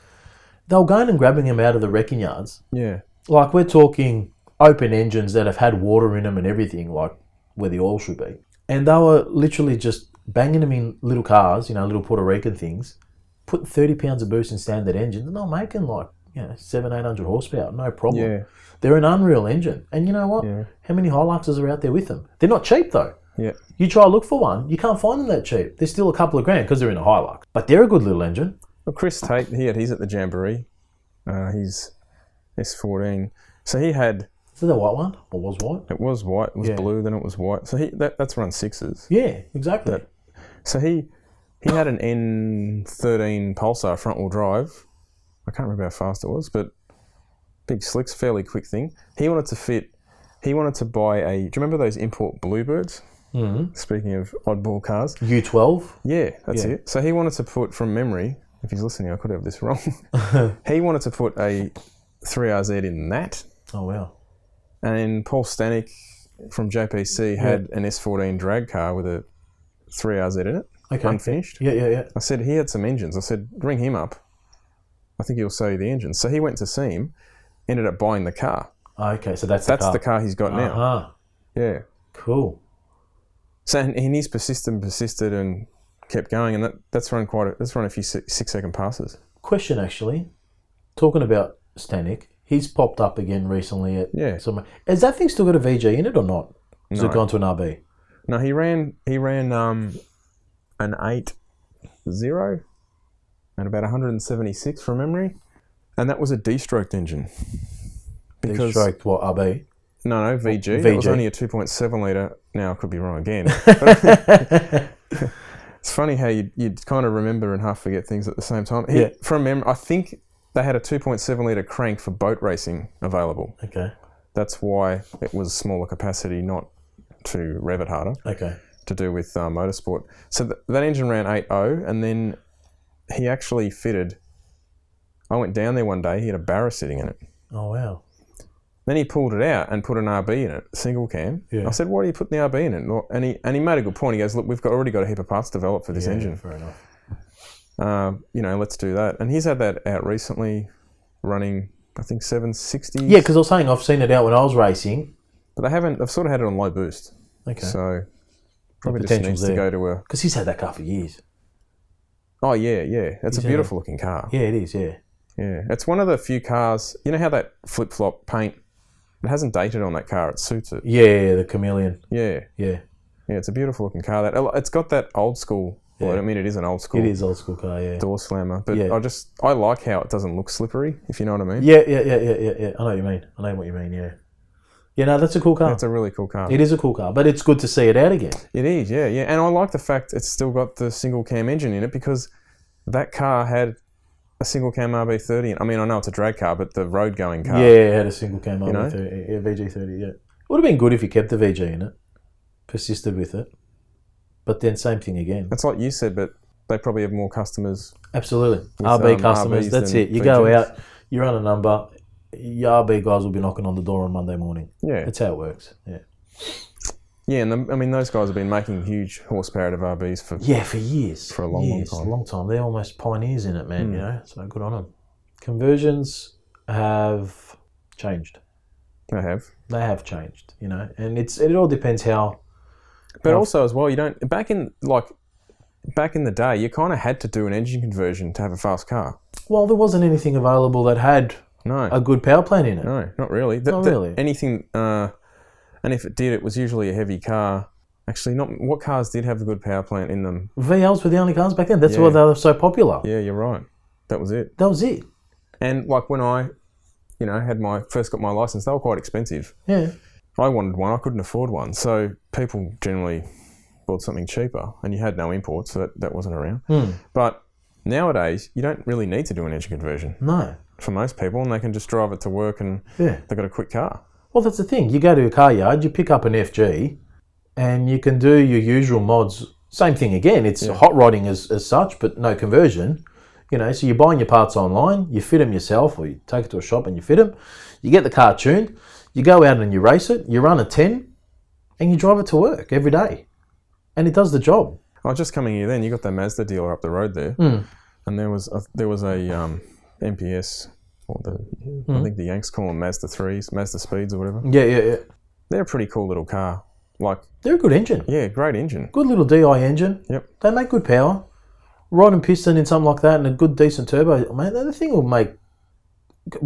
they were going and grabbing them out of the wrecking yards. Yeah, Like, we're talking open engines that have had water in them and everything, like where the oil should be. And they were literally just banging them in little cars, you know, little Puerto Rican things, putting 30 pounds of boost in standard engines, and they're making like, you know, seven, 800 horsepower, no problem. yeah, They're an unreal engine. And you know what? Yeah. How many Hiluxes are out there with them? They're not cheap though. yeah. You try to look for one, you can't find them that cheap. They're still a couple of grand because they're in a Hilux. But they're a good little engine. Well, Chris Tate, he had, he's at the Jamboree. Uh, he's S14. So he had, Is that the white one? Or was white? it was white, it was Yeah. blue, then it was white. So he that, that's run sixes. Yeah, exactly. So he he had an N13 Pulsar front wheel drive. I can't remember how fast it was, but big slicks, fairly quick thing. He wanted to fit, he wanted to buy a, do you remember those import Bluebirds? Mm-hmm. Speaking of oddball cars. U12. Yeah, that's Yeah. it. So he wanted to put from memory. If he's listening, I could have this wrong. he wanted to put a 3RZ in that, Oh, wow. and Paul Stanek from JPC had an S14 drag car with a 3RZ in it, Okay. unfinished. Yeah, yeah, yeah. I said he had some engines. I said ring him up. I think he'll sell you the engines. So he went to see him, ended up buying the car. Oh, okay, so that's, That's the the car. car he's got now. Uh-huh. Yeah. Cool. So and, and he's persisted, and persisted, and kept going, and that, that's run quite. A, that's run a few six, six second passes. Question, actually. Talking about Stanek, he's popped up again recently at Yeah. some. Has that thing still got a VG in it or not? Has it No. gone to an RB? No, he ran he ran um an eight zero and about 176 from memory. And that was a D-stroked engine. Because Because stroked what RB? no, no, VG. It was VG. only a 2.7 liter. Now I could be wrong again. it's funny how you you kind of remember and half forget things at the same time. He- Yeah. From memory, I think they had a 2.7 liter crank for boat racing available. Okay. That's why it was smaller capacity, not to rev it harder Okay. to do with uh, motorsport. So th- that engine ran 8.0, and then he actually fitted. I went down there one day. He had a barra sitting in it, Oh wow. Then he pulled it out and put an RB in it, single cam. Yeah. I said, why do you put the RB in it? Well, And he, and he made a good point. He goes, look, we've got, already got a heap of parts developed for this Yeah, engine. Fair enough. Uh, you know, let's do that. And he's had that out recently, running, I think, 760. Yeah, because I was saying I've seen it out when I was racing. But they haven't, they've sort of had it on low boost. Okay. So probably just needs potential's to there. go to a. Because he's had that car for years. Oh, yeah, yeah. That's He's a had beautiful looking car. Yeah, it is. Yeah. Yeah, it's one of the few cars. You know how that flip flop paint, it hasn't dated on that car. It suits it. Yeah, yeah, the chameleon. Yeah, Yeah, yeah. It's a beautiful looking car. That it's got that old school. Well, I Yeah. don't mean it is an old school it is old school car. Yeah. door slammer, but Yeah. I just I like how it doesn't look slippery. If you know what I mean. Yeah, yeah, yeah, yeah, yeah, yeah. I know what you mean. I know what you mean. Yeah. Yeah, no, that's a cool car. It's a really cool car. It is a cool car, but it's good to see it out again. it is, yeah, yeah. And I like the fact it's still got the single cam engine in it because that car had a single cam RB30. in- I mean, I know it's a drag car, but the road going car. Yeah, it had a single cam Ah. You know? RB30, yeah, VG30. Yeah, it would have been good if you kept the VG in it, persisted with it, but then same thing again. That's like you said, but they probably have more customers. Absolutely, RB um, customers. RBs that's than it. You go VGs. out, you run a number. Your RB guys will be knocking on the door on Monday morning. Yeah. That's how it works. Yeah. Yeah, and the, I mean those guys have been making huge horsepower out of RBs for. Yeah, for years. For a long, long Years, time. A long time. They're almost pioneers in it, man. You know, so good on them. Conversions have changed. I have, They have changed. You know, and it's it all depends how. but Yeah. also as well, you don't back in like back in the day, you kind of had to do an engine conversion to have a fast car. Well, there wasn't anything available that had No, a good power plant in it. no, not really. The- Uh, Not the- really. Anything, uh, and if it did, it was usually a heavy car. Actually, not what cars did have a good power plant in them. VLs were the only cars back then. That's Yeah. why they were so popular. Yeah, you're right. That was it. That was it. And like when I, you know, had my first got my license, they were quite expensive. Yeah. I wanted one. I couldn't afford one. So people generally bought something cheaper, and you had no imports, so that, that wasn't around. But nowadays, you don't really need to do an engine conversion No. for most people, and they can just drive it to work, and Yeah. they've got a quick car. Well, that's the thing. You go to a car yard, you pick up an FG, and you can do your usual mods. Same thing again. It's hot rodding as, as such, but no conversion. You know, so you're buying your parts online, you fit them yourself, or you take it to a shop and you fit them. You get the car tuned, you go out and you race it, you run a 10, and you drive it to work every day. And it does the job. I was just coming here then. You got that Mazda dealer up the road there, and there was a, there was a um, MPS. Or the, I think the Yanks call them Mazda threes, Mazda speeds or whatever. Yeah, yeah, yeah. They're a pretty cool little car. Like, They're a good engine. yeah, great engine. Good little DI engine. Yep. They make good power. Rod and piston in something like that, and a good decent turbo. Man, that thing will make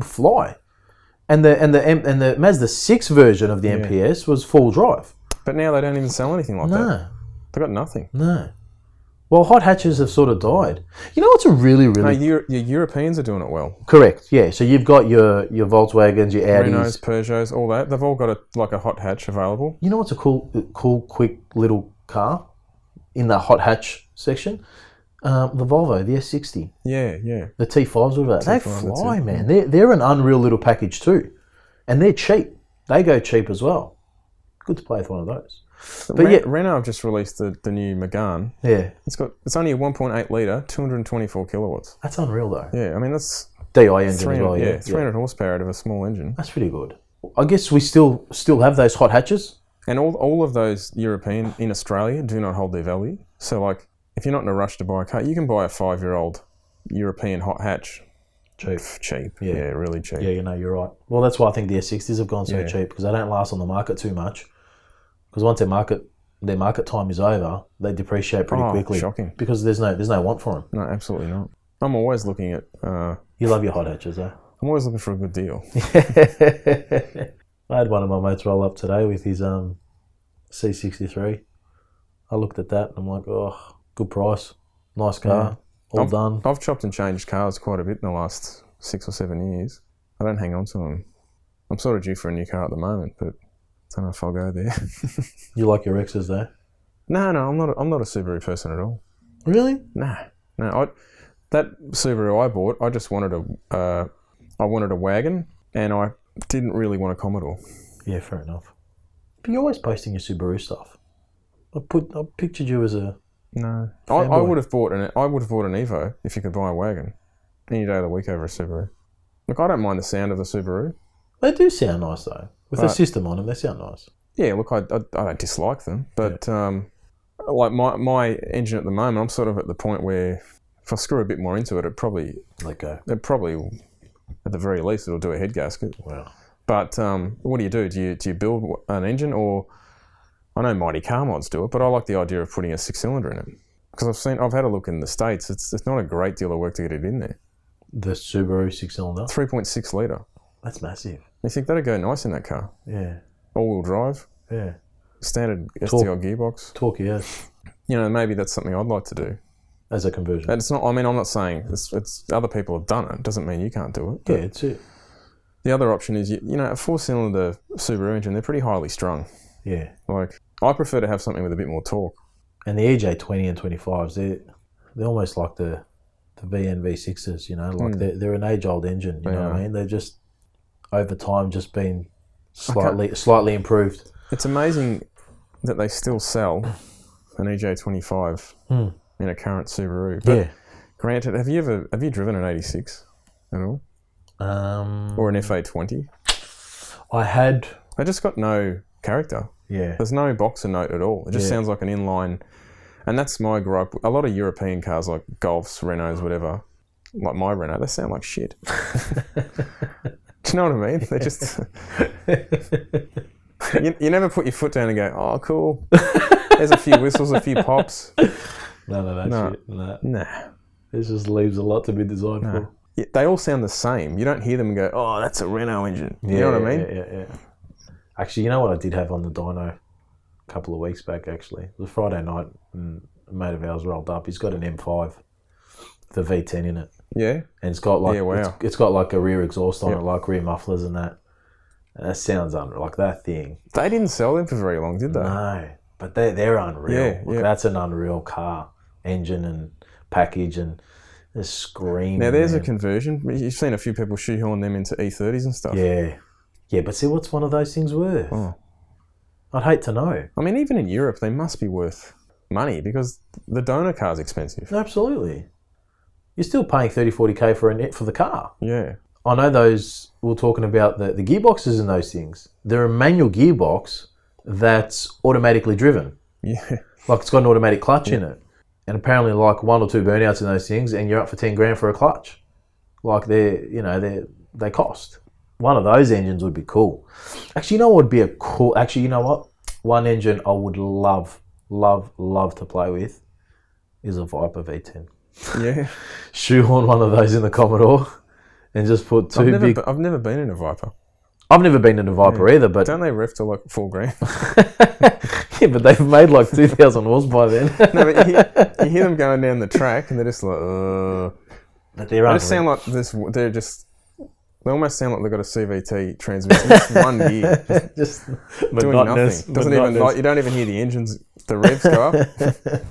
fly. And the and the M- and the Mazda six version of the MPS was full drive. But now they don't even sell anything like that. No, They got nothing. no. Well, hot hatches have sort of died. You know what's a really No, really your, your Europeans are doing it well. correct? Yeah. So you've got your your Volkswagens, your Audis. Renaults, Peugeots, all that. They've all got a, like a hot hatch available. You know what's a cool cool quick little car in the hot hatch section? Um, the Volvo, the S60. Yeah, yeah. The T5s, what about that? They T5, that's fly, man. They're, they're an unreal little package too. And they're cheap. They go cheap as well. Good to play with one of those. But yeah- Renault have just released the, the new Megane. Yeah. It's got it's only a 1.8 liter, 224 kilowatts. That's unreal though. Yeah, I mean that's DI engine as 300, well, yeah, yeah. yeah. 300 horsepower out of a small engine. That's pretty good. I guess we still still have those hot hatches. And all all of those European in Australia do not hold their value. So like, if you're not in a rush to buy a car, you can buy a five year old European hot hatch Cheap. cheap. Yeah, really cheap. Yeah, you know, you're right. Well, that's why I think the S60s have gone so Yeah. cheap because they don't last on the market too much. Because once their market their market time is over, they depreciate pretty Oh, quickly. shocking. Because there's no there's no want for them. No, absolutely not. I'm always looking at. Uh, You love your hot hatches, though. I'm always looking for a good deal. I had one of my mates roll up today with his um, C63. I looked at that and I'm like, oh, good price, nice car, all I've- done. I've chopped and changed cars quite a bit in the last six or seven years. I don't hang on to them. I'm sort of due for a new car at the moment, but I don't know if I'll go there. You like your X's though? no, no, I'm not. A, I'm not a Subaru person at all. Really? Nah, no. I, that Subaru I bought, I just wanted a, uh, I wanted a wagon, and I didn't really want a Commodore. Yeah, fair enough. But you're always posting your Subaru stuff. I put, I pictured you as a. No, I, I Fanboy. would have bought an. I would have bought an Evo if you could buy a wagon any day of the week over a Subaru. Look, I don't mind the sound of the Subaru. They do sound nice though. With the Right. system on them, they sound nice. Yeah, look, I, I, I don't dislike them, but um, like my, my engine at the moment, I'm sort of at the point where if I screw a bit more into it, it probably Let go. it probably at the very least it'll do a head gasket. Wow. But um, what do you do? Do you do you build an engine or I know mighty car mods do it, but I like the idea of putting a six cylinder in it because I've seen I've had a look in the states. It's it's not a great deal of work to get it in there. The Subaru six cylinder. Three point six liter. That's massive. You think that'd go nice in that car? Yeah. All wheel drive, Yeah. standard Cool. STL gearbox. Talk yeah. You know, maybe that's something I'd like to do. As a conversion. And it's not. I mean, I'm not saying it's, it's other people have done it. Doesn't mean you can't do it. yeah, But it's it. The other option is you, you know a four cylinder Subaru engine. They're pretty highly strung. Yeah. Like I prefer to have something with a bit more torque. And the EJ twenty and twenty fives, they they're almost like the the VN V sixes, you know, like Mm. they're they're an age old engine, you They know what are. I mean? They've just over time just been slightly slightly improved. It's amazing that they still sell an EJ25 Hmm. in a current Subaru. But yeah. granted, have you ever have you driven an 86 at all Um or an FA20? I had They just got no character. yeah. There's no boxer note at all. It just Yeah. sounds like an inline. And that's my gripe. A lot of European cars like Golfs, Renaults, whatever, like my Renault, they sound like shit. Do you know what I mean? They just you, you never put your foot down and go, oh, cool. There's a few whistles, a few pops. None of that No. shit. No. Nah. This just leaves a lot to be designed for. Yeah, they all sound the same. You don't hear them and go, "Oh, that's a Renault engine." You know what I mean? Yeah, yeah, yeah. Actually, you know what I did have on the dyno a couple of weeks back, actually? It was Friday night, and a mate of ours rolled up. He's got an M5, the V10 in it. Yeah. And it's got like, Yeah, wow. it's, it's got like a rear exhaust on Yep. it, like rear mufflers and that. And that sounds unreal. Like that thing. They didn't sell them for very long, did they? No, but they're, they're unreal. Yeah, Like, yeah. That's an unreal car, engine and package and it's screaming. Now there's a man. conversion. You've seen a few people shoehorn them into E30s and stuff. Yeah. Yeah, but see, what's one of those things worth? Oh. I'd hate to know. I mean, even in Europe, they must be worth money because the donor car's expensive. Absolutely. You're still paying 30, 40k for a net for the car. Yeah. I know those, we are talking about the, the gearboxes and those things. They're a manual gearbox that's automatically driven. Yeah. Like it's got an automatic clutch in it. And apparently, like one or two burnouts in those things, and you're up for 10 grand for a clutch. Like they're, you know, they they cost. One of those engines would be cool. Actually, you know what would be a cool, actually, you know what? One engine I would love, love, love to play with is a Viper V10. Yeah. shoehorn one of those in the Commodore and just put I've 2 never, big. be- I've never been in a Viper. I've never been in a Viper either, but Don't they rev to like four grand? yeah, but they've made like two thousand horse by then. no, but you hear, you hear them going down the track and they're just like, Ugh. but they're They just sound like this. They're just. They almost sound like they've got a CVT transmission. Just one gear. just doing nothing. Doesn't even like, you don't even hear the engines, the revs go up.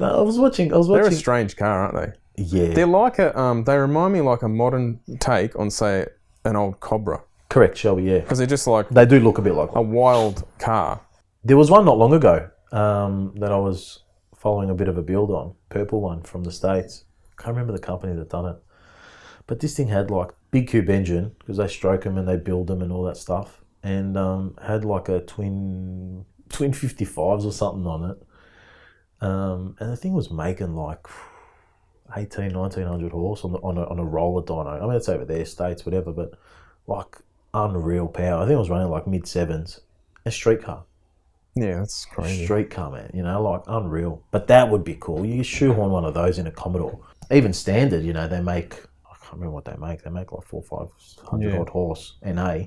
No, I was watching. I was They're a watching. strange car, aren't they? yeah, They're like a, um, they remind me like a modern take on say an old Cobra correct, Shelby. Yeah, because they're just like they do look a bit like. a wild car. There was one not long ago um, that I was following a bit of a build on, purple one from the States. Can't remember the company that done it. But this thing had like big cube engine because they stroke them and they build them and all that stuff. And um, had like a twin twin 55s or something on it. Um, and the thing was making like 18, 1900 horse on, the, on, a, on a roller dyno. I mean, it's over there, States, whatever, but like unreal power. I think it was running like mid sevens. A street car Yeah, that's crazy. street car, man. You know, like unreal. But that would be cool. You shoehorn one of those in a Commodore. Even standard, you know, they make I can't remember what they make. They make like four, five hundred Yeah. odd horse NA,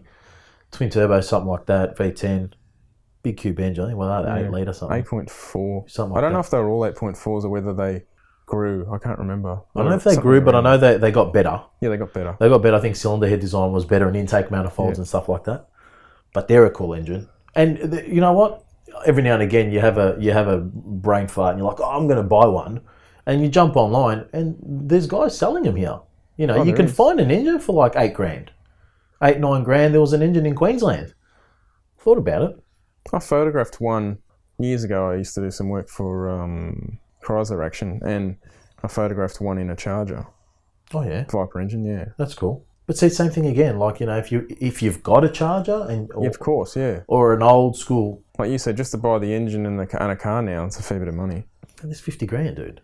twin turbo, something like that. V ten, big cube engine. I think well, Yeah. eight litre something. Eight point four. Something I like don't know that. if they were all eight point fours or whether they grew. I can't remember. I don't know if they grew, but I know they, they got better. Yeah, they got better. They got better. I think cylinder head design was better and intake manifolds and stuff like that. But they're a cool engine. And th- you know what? Every now and again, you have a you have a brain fart, and you're like, oh, I'm going to buy one, and you jump online, and there's guys selling them here. You know, you Oh, there can is. find an engine for like eight grand, eight nine grand. There was an engine in Queensland. Thought about it. I photographed one years ago. I used to do some work for um, Chrysler Action, and I photographed one in a Charger Oh yeah, Viper engine. Yeah, that's cool. But see, same thing again. Like you know, if you if you've got a charger and or, Yeah, of course, yeah. or an old school, Like you said, just to buy the engine and, the, ca- and a car now, it's a fair bit of money. and it's fifty grand, dude.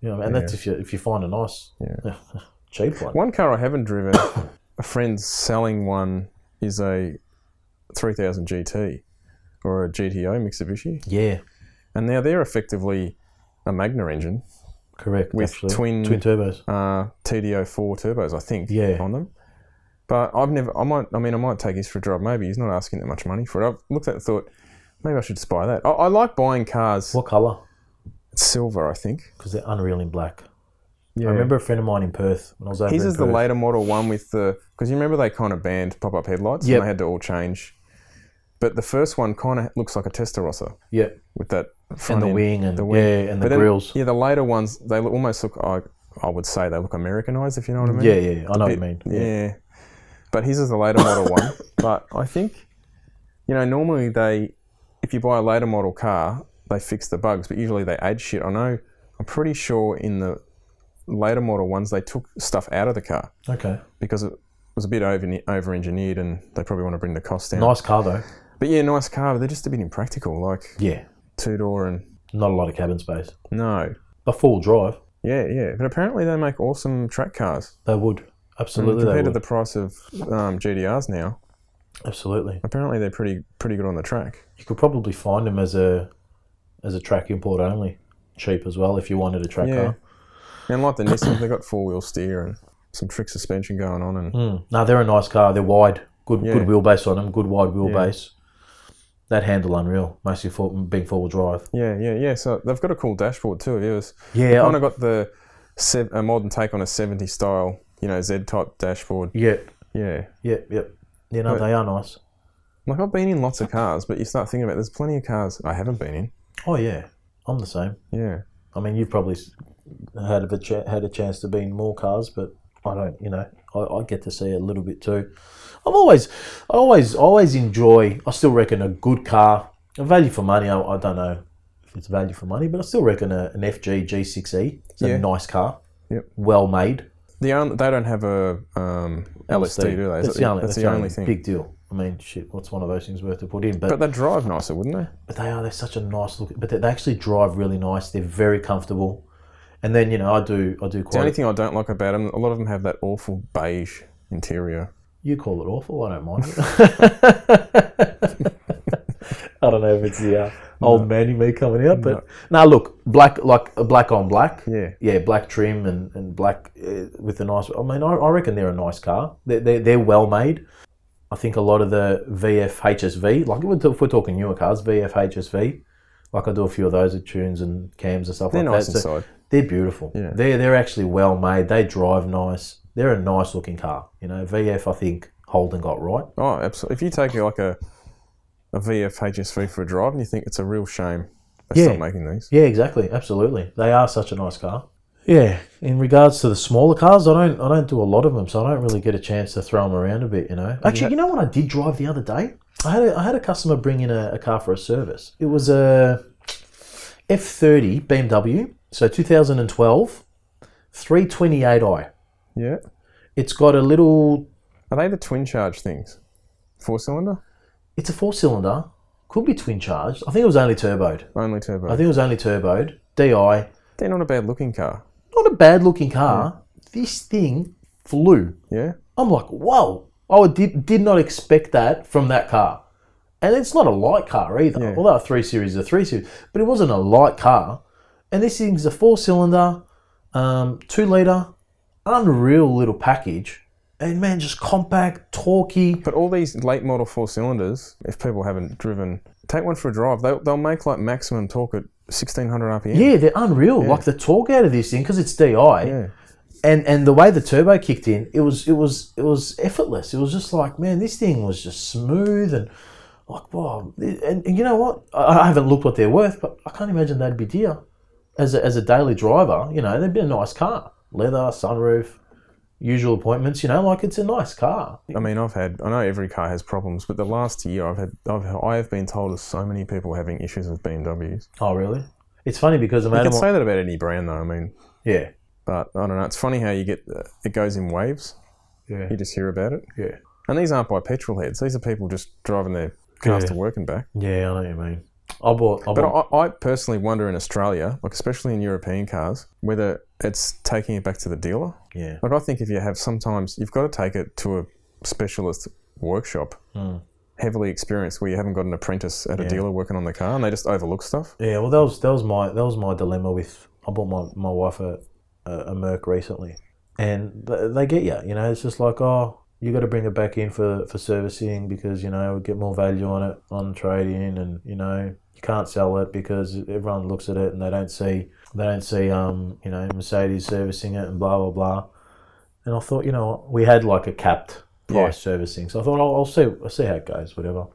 You know, what I mean? and that's if you if you find a nice, cheap one. One car I haven't driven, a friend's selling one, is a 3000 GT or a GTO Mitsubishi. Yeah, And now they're effectively a Magna engine, correct. With actually. twin- twin turbos. uh, TDO4 turbos, I think, Yeah. on them. But I've never, I might, I mean, I might take his for a drive. Maybe he's not asking that much money for it. I've looked at it and thought, maybe I should just buy that. I, I like buying cars. What color? It's silver, I think. Because they're unreal in black. Yeah. I remember a friend of mine in Perth when I was over. His in is the Perth. later model one with the because you remember they kind of banned pop up headlights Yep. and they had to all change. But the first one kind of looks like a Testarossa Yeah, with that and front the end. wing and the wing. yeah, and the But then- grills. Yeah, the later ones they look, almost look. I I would say they look Americanized if you know what I mean. Yeah, yeah, yeah, I know what you mean. Bit- Yeah. But his is the later model one. But I think, you know, normally they, if you buy a later model car, they fix the bugs, but usually they add shit. I know, I'm pretty sure in the later model ones, they took stuff out of the car Okay, because it was a bit over over engineered and they probably want to bring the cost down. nice car though. But yeah, nice car, but they're just a bit impractical, like Yeah, two door and not a lot of cabin space, no. but full drive. Yeah, yeah. But apparently they make awesome track cars. They would absolutely. They Compared to would. the price of um, GDRs now, absolutely. apparently they're pretty pretty good on the track. You could probably find them as a as a track import only, cheap as well if you wanted a track Yeah. car. And like the Nissan, they've got four wheel steer and some trick suspension going on. And Mm. No, they're a nice car. They're wide, good Yeah. good wheelbase on them, good wide wheelbase. That handle unreal, mostly for being four wheel drive. yeah, yeah, yeah. So they've got a cool dashboard too. It was Yeah, kind I'm- of got the sev- a modern take on a 70 style, you know, Z type dashboard. yeah, Yeah. yeah, yeah. You know Right. they are nice. Like I've been in lots of cars, but you start thinking about there's plenty of cars I haven't been in. Oh yeah, I'm the same. Yeah. I mean, you've probably s- had a ch- had a chance to be in more cars, but I don't. You know, I, I get to see it a little bit too. I'm always, I always, always enjoy. I still reckon a good car, a value for money. I, I don't know if it's value for money, but I still reckon a, an FG G6E. E, It's Yeah. a nice car. Yep. Well made. The only, they don't have a um, LSD, do they? Is That's that the only. that's the only thing. Big deal. I mean, shit. What's one of those things worth to put in? But But they drive nicer, wouldn't they? but they are they're such a nice look but they, they actually drive really nice they're very comfortable and then you know i do i do The quite only thing I don't like about them, a lot of them have that awful beige interior. you call it awful i don't mind it i don't know if it's the uh, old man in me coming out but now look black like uh, black on black Yeah. yeah black trim and, and black uh, with a nice i mean i, I reckon they're a nice car they're, they're, they're well made i think a lot of the vf hsv like if we're, if we're talking newer cars vf hsv like i do a few of those at tunes and cams and stuff They're like nice that So- inside. They're beautiful. Yeah. They're they're actually well made. They drive nice. They're a nice looking car. You know, VF I think Holden got right. Oh, absolutely. If you take like a a VF HSV for a drive and you think it's a real shame they Yeah. stop making these. Yeah, exactly. Absolutely. They are such a nice car. Yeah. In regards to the smaller cars, I don't I don't do a lot of them, so I don't really get a chance to throw them around a bit. You know. Actually, you know what I did drive the other day? I had a, I had a customer bring in a, a car for a service. It was a F30 BMW, so 2012, 328i. Yeah. It's got a little Are they the twin charge things? Four cylinder? It's a four cylinder. Could be twin charged. I think it was only turboed. Only turbo. I think it was only turboed. DI. They're not a bad looking car. Not a bad looking car. This thing flew. Yeah. I'm like, whoa. I did, did not expect that from that car. And it's not a light car either. Although a 3 Series is a 3 Series, but it wasn't a light car. And this thing's a four cylinder, um, two litre, unreal little package. And man, just compact, talky. But all these late model four cylinders, if people haven't driven, take one for a drive. They, they'll make like maximum torque at 1600 RPM. Yeah, they're unreal. Like the torque out of this thing, because it's DI. and and the way the turbo kicked in, it was it was it was effortless. It was just like, man, this thing was just smooth and like, wow. And, and you know what? I, I haven't looked what they're worth, but I can't imagine they'd be dear as a, as a daily driver. You know, they'd be a nice car, leather, sunroof, usual appointments. You know, like it's a nice car. I mean, I've had, I know every car has problems, but the last year I've had, I've, I have been told of so many people having issues with BMWs. Oh, really? It's funny because a mate You can of mine- say that about any brand though. I mean, yeah, But I don't know. It's funny how you get it goes uh, in waves. Yeah. You just hear about it. Yeah. And these aren't by petrol heads. These are people just driving their cars Yeah. to work and back. Yeah, I know what you mean. I bought. I But bought I, I personally wonder in Australia, like especially in European cars, whether it's taking it back to the dealer. yeah. Like I think if you have sometimes you've got to take it to a specialist workshop, Hmm. heavily experienced, where you haven't got an apprentice at a dealer working on the car, and they just overlook stuff. Yeah. Well, that was that was my that was my dilemma with. I bought my, my wife a, a a Merc recently, and th- they get you. You know, it's just like oh, you got to bring it back in for for servicing because you know we get more value on it on trade in, and you know you can't sell it because everyone looks at it and they don't see they don't see um you know Mercedes servicing it and blah blah blah. And I thought, you know, what, we had like a capped price Yeah. servicing, so I thought I'll, I'll see I'll see how it goes, whatever.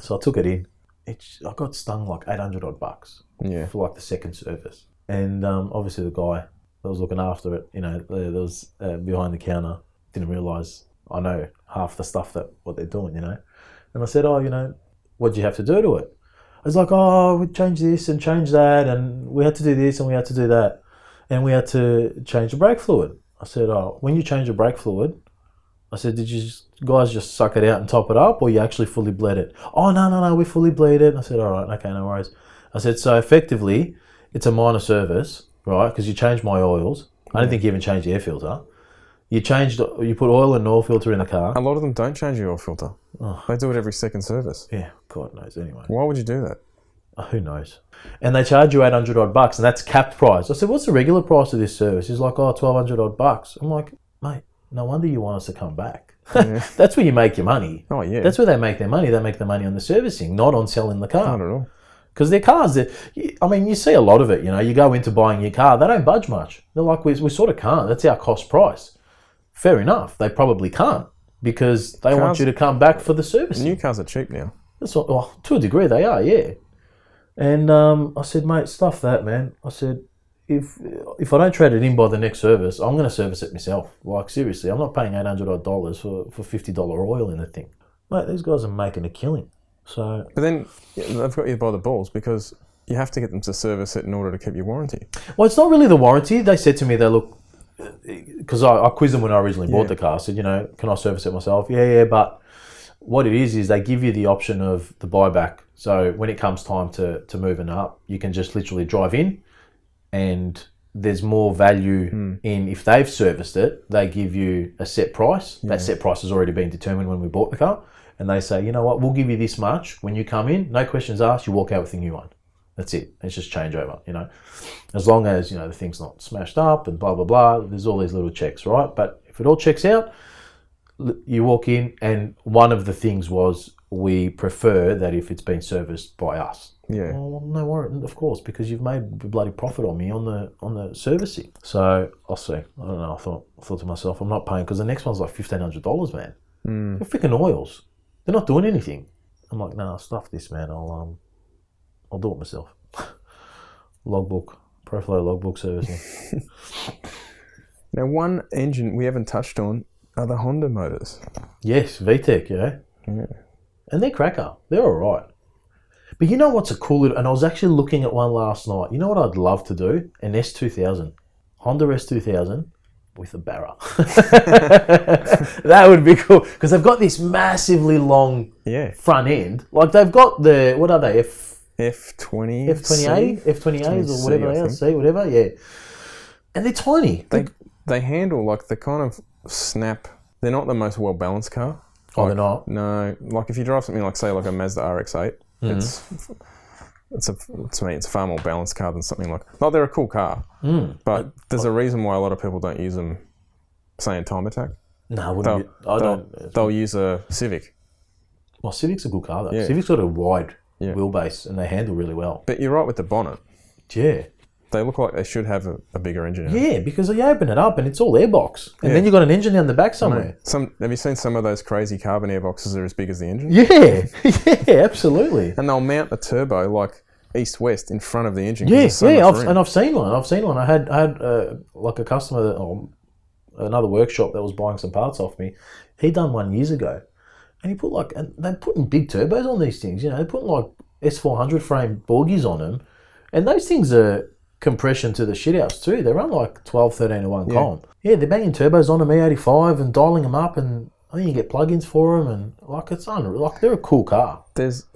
So I took it in. It, I got stung like eight hundred odd bucks Yeah, for like the second service. And um, obviously the guy that was looking after it, you know, there there was uh, behind the counter, didn't realise I know half the stuff that what they're doing, you know. And I said, oh, you know, what'd you have to do to it? I was like, oh, we changed this and changed that, and we had to do this and we had to do that, and we had to change the brake fluid. I said, oh, when you change the brake fluid, I said, did you just, guys just suck it out and top it up, or you actually fully bled it? Oh, no, no, no, we fully bled it. I said, all right, okay, no worries. I said, so effectively, it's a minor service, right? Because you changed my oils. I don't think you even changed the air filter. You changed, you put oil and oil filter in the car. a lot of them don't change the oil filter. Oh. They do it every second service. Yeah, God knows anyway. Why would you do that? Uh, Who knows? And they charge you 800 odd bucks, and that's capped price. I said, What's the regular price of this service? He's like, Oh, 1200 odd bucks. I'm like, Mate, no wonder you want us to come back. that's where you make your money. Oh yeah, That's where they make their money. They make their money on the servicing, not on selling the not car. at all. Because their cars, they're- you- I mean, you see a lot of it. You know, you go into buying your car, they don't budge much. They're like, We, we sort of can't. That's our cost price. Fair enough. They probably can't because they want Cars- you to come back for the servicing. New cars are cheap now. That's what, well, to a degree they are, yeah. And um, I said, mate, stuff that, man. I said, if if I don't trade it in by the next service, I'm going to service it myself. Like seriously, I'm not paying eight hundred odd dollars for for fifty dollar oil in the thing. Mate, these guys are making a killing. So But then yeah, they've got you by the balls because you have to get them to service it in order to keep your warranty. Well, it's not really the warranty. They said to me, they look, because I, I quizzed them when I originally bought the car. I said, you know, can I service it myself? Yeah, yeah, but what it is, is they give you the option of the buyback. So when it comes time to, to moving up, you can just literally drive in and there's more value in if they've serviced it, they give you a set price. That set price has already been determined when we bought the car. And they say, you know what, we'll give you this much when you come in, no questions asked, you walk out with the new one. That's it. It's just changeover, you know as long as you know the thing's not smashed up and blah blah blah. There's all these little checks, right? But if it all checks out, l- you walk in, and one of the things was we prefer that if it's been serviced by us. Yeah. Well, no worry, of course, because you've made b- bloody profit on me on the on the servicing. So I'll see. I don't know. I thought I thought to myself, I'm not paying because the next one's like fifteen hundred dollars, man. They're freaking oils. They're not doing anything. I'm like, nah, stuff this, man. I'll um, I'll do it myself. logbook, Proflow logbook servicing. Now, one engine we haven't touched on are the Honda motors. Yes, VTEC, yeah. Yeah. And they're cracker. They're all right. But you know what's a cool little, and I was actually looking at one last night. You know what I'd love to do? An S2000. Honda S2000 with a barra. that would be cool. Because they've got this massively long Yeah. front end. Like they've got the, what are they, F F20. F twenty eight, F twenty eight, or whatever I they are, C, whatever, yeah. And they're tiny. They, they handle like the kind of snap. They're not the most well balanced car. oh, they're not. No. Like if you drive something like, say, like a Mazda RX8, Hmm. it's. It's a, to me, it's a far more balanced car than something like. No, they're a cool car, Hmm. but there's a reason why a lot of people don't use them. Say in time attack, No, I they'll, wouldn't. Be, I they'll, don't. they'll use a Civic. Well, Civic's a good car though. Yeah. Civic's got a wide Yeah. wheelbase and they handle really well. But you're right with the bonnet; Yeah. they look like they should have a, a bigger engine. in it. Yeah, because you open it up and it's all airbox. And then Yeah. you've got an engine down the back somewhere. Some have you seen some of those crazy carbon air boxes that are as big as the engine? Yeah. yeah, absolutely. And they'll mount the turbo like east west in front of the engine. 'cause Yeah, there's so yeah, much I've, room. and I've seen one. I've seen one. I had I had uh, like a customer, that, or another workshop that was buying some parts off me. He done one years ago, and he put like and they're putting big turbos on these things. You know, they're putting like S four hundred frame Borgies on them, and those things are compression to the shitouts too. They run like 12, 13 to 1 column. Yeah, they're banging turbos on an E85 and dialing them up, and I think you get plugins for them, and like it's unreal. Like they're a cool car. There's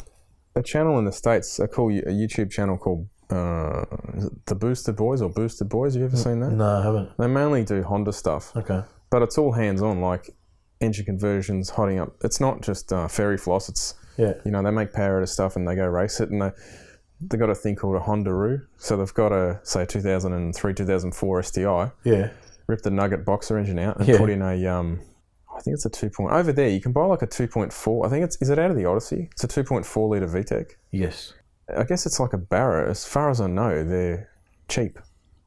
a channel in the states, a cool a YouTube channel called uh, is it the Boosted Boys or Boosted Boys. Have you ever seen that? No, I haven't. They mainly do Honda stuff. Okay. but it's all hands on, like engine conversions, hotting up. It's not just uh, fairy floss. It's Yeah. you know they make power out of stuff and they go race it, and they they got a thing called a Hondaroo. So they've got a say 2003, 2004 STI, Yeah. rip the Nugget boxer engine out and Yeah. put in a um. I think it's a two point over there. You can buy like a two point four. I think it's is it out of the Odyssey? It's a two point four liter VTEC. Yes. I guess it's like a Barra. As far as I know, they're cheap.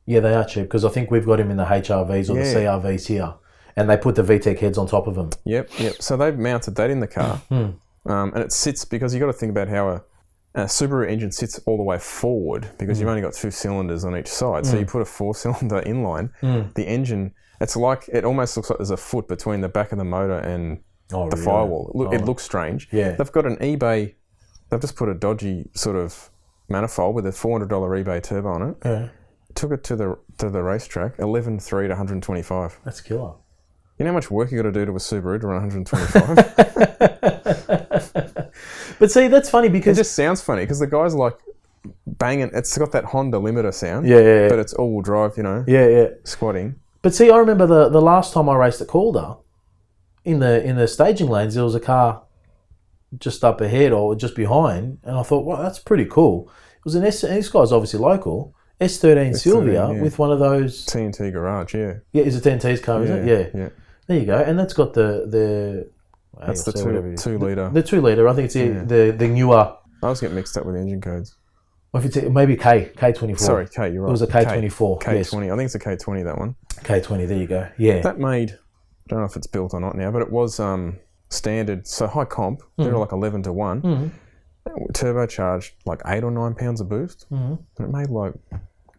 Yeah, they are cheap because I think we've got him in the HRVs or Yeah. the CRVs here, and they put the VTEC heads on top of them. Yep, yep. So they've mounted that in the car, um, and it sits because you got to think about how a, a Subaru engine sits all the way forward because you've only got two cylinders on each side. So you put a four-cylinder inline. The engine, it's like it almost looks like there's a foot between the back of the motor and Oh, the really? Oh. firewall. It, look, it looks strange. Yeah. They've got an eBay. They've just put a dodgy sort of manifold with a four hundred dollar eBay turbo on it. Yeah, Took it to the to the racetrack, eleven three to one hundred twenty five. that's killer. You know how much work you got to do to a Subaru to run one hundred twenty five. But see, that's funny It because just sounds funny because the guy's like banging. It's got that Honda limiter sound. Yeah, yeah, yeah. But it's all-wheel drive, you know, yeah, yeah. squatting. But see, I remember the, the last time I raced at Calder, in the in the staging lanes, there was a car just up ahead or just behind, and I thought, wow, that's pretty cool. It was an S. And this guy's obviously local. S13 Sylvia yeah. with one of those. TNT garage, yeah. Yeah, is it 10T's car? Is it? Yeah. yeah. There you go, and that's got the the. That's the I'll say whatever two, it is. two liter. The two liter. I think it's the the, the newer. I always get mixed up with the engine codes. Or if it's maybe K K twenty four. Sorry, K, you're right. It was a K24, K, yes. K20. I think it's a K20 that one. K twenty. There you go. Yeah. That made. I don't know if it's built or not now, but it was um, standard. So high comp, they were like eleven to one. Turbocharged like eight or nine pounds of boost, mm and it made like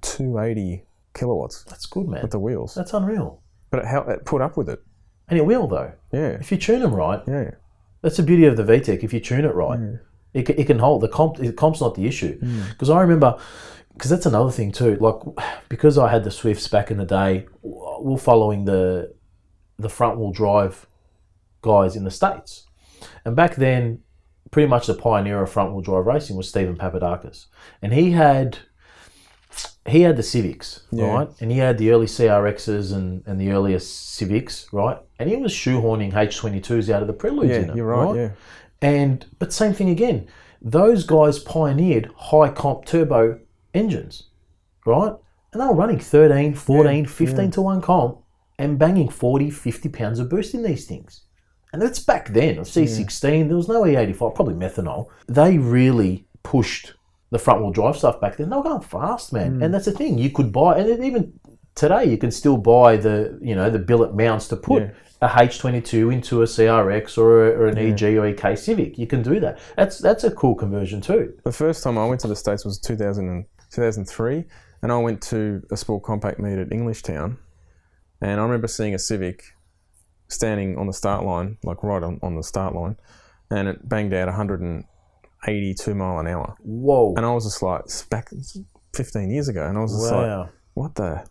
two eighty kilowatts that's good, man. with the wheels. That's unreal. But it, hel- it put up with it. And it will though. Yeah, If you tune them right, yeah. that's the beauty of the VTEC. If you tune it right, it, ca- it can hold. The comp the comp's not the issue. Because I remember, because that's another thing too. Like because I had the Swifts back in the day, w- we're following the the front wheel drive guys in the states, and back then, pretty much the pioneer of front wheel drive racing was Stephen Papadakis, and he had. He had the Civics, right? And he had the early CRXs and, and the earlier Civics, right? And he was shoehorning H22s out of the Preludes in Yeah, it. you're right. Yeah, And but same thing again. Those guys pioneered high comp turbo engines, right? And they were running 13, 14, 15 to 1 comp and banging 40, 50 pounds of boost in these things. And that's back then, a C16, there was no E85, probably methanol. They really pushed the front wheel drive stuff back then. They were going fast, Mm. man. And that's the thing. You could buy, and it even today, you can still buy the, you know, the billet mounts to put a H22 into a CRX or, a, or an EG or EK Civic. You can do that. That's that's a cool conversion too. The first time I went to the States was 2000 and 2003, and I went to a sport compact meet at Englishtown, and I remember seeing a Civic standing on the start line, like right on, on the start line, and it banged out 182 mile an hour, Whoa. and I was just like, it's back 15 years ago, and I was just like, Wow. what the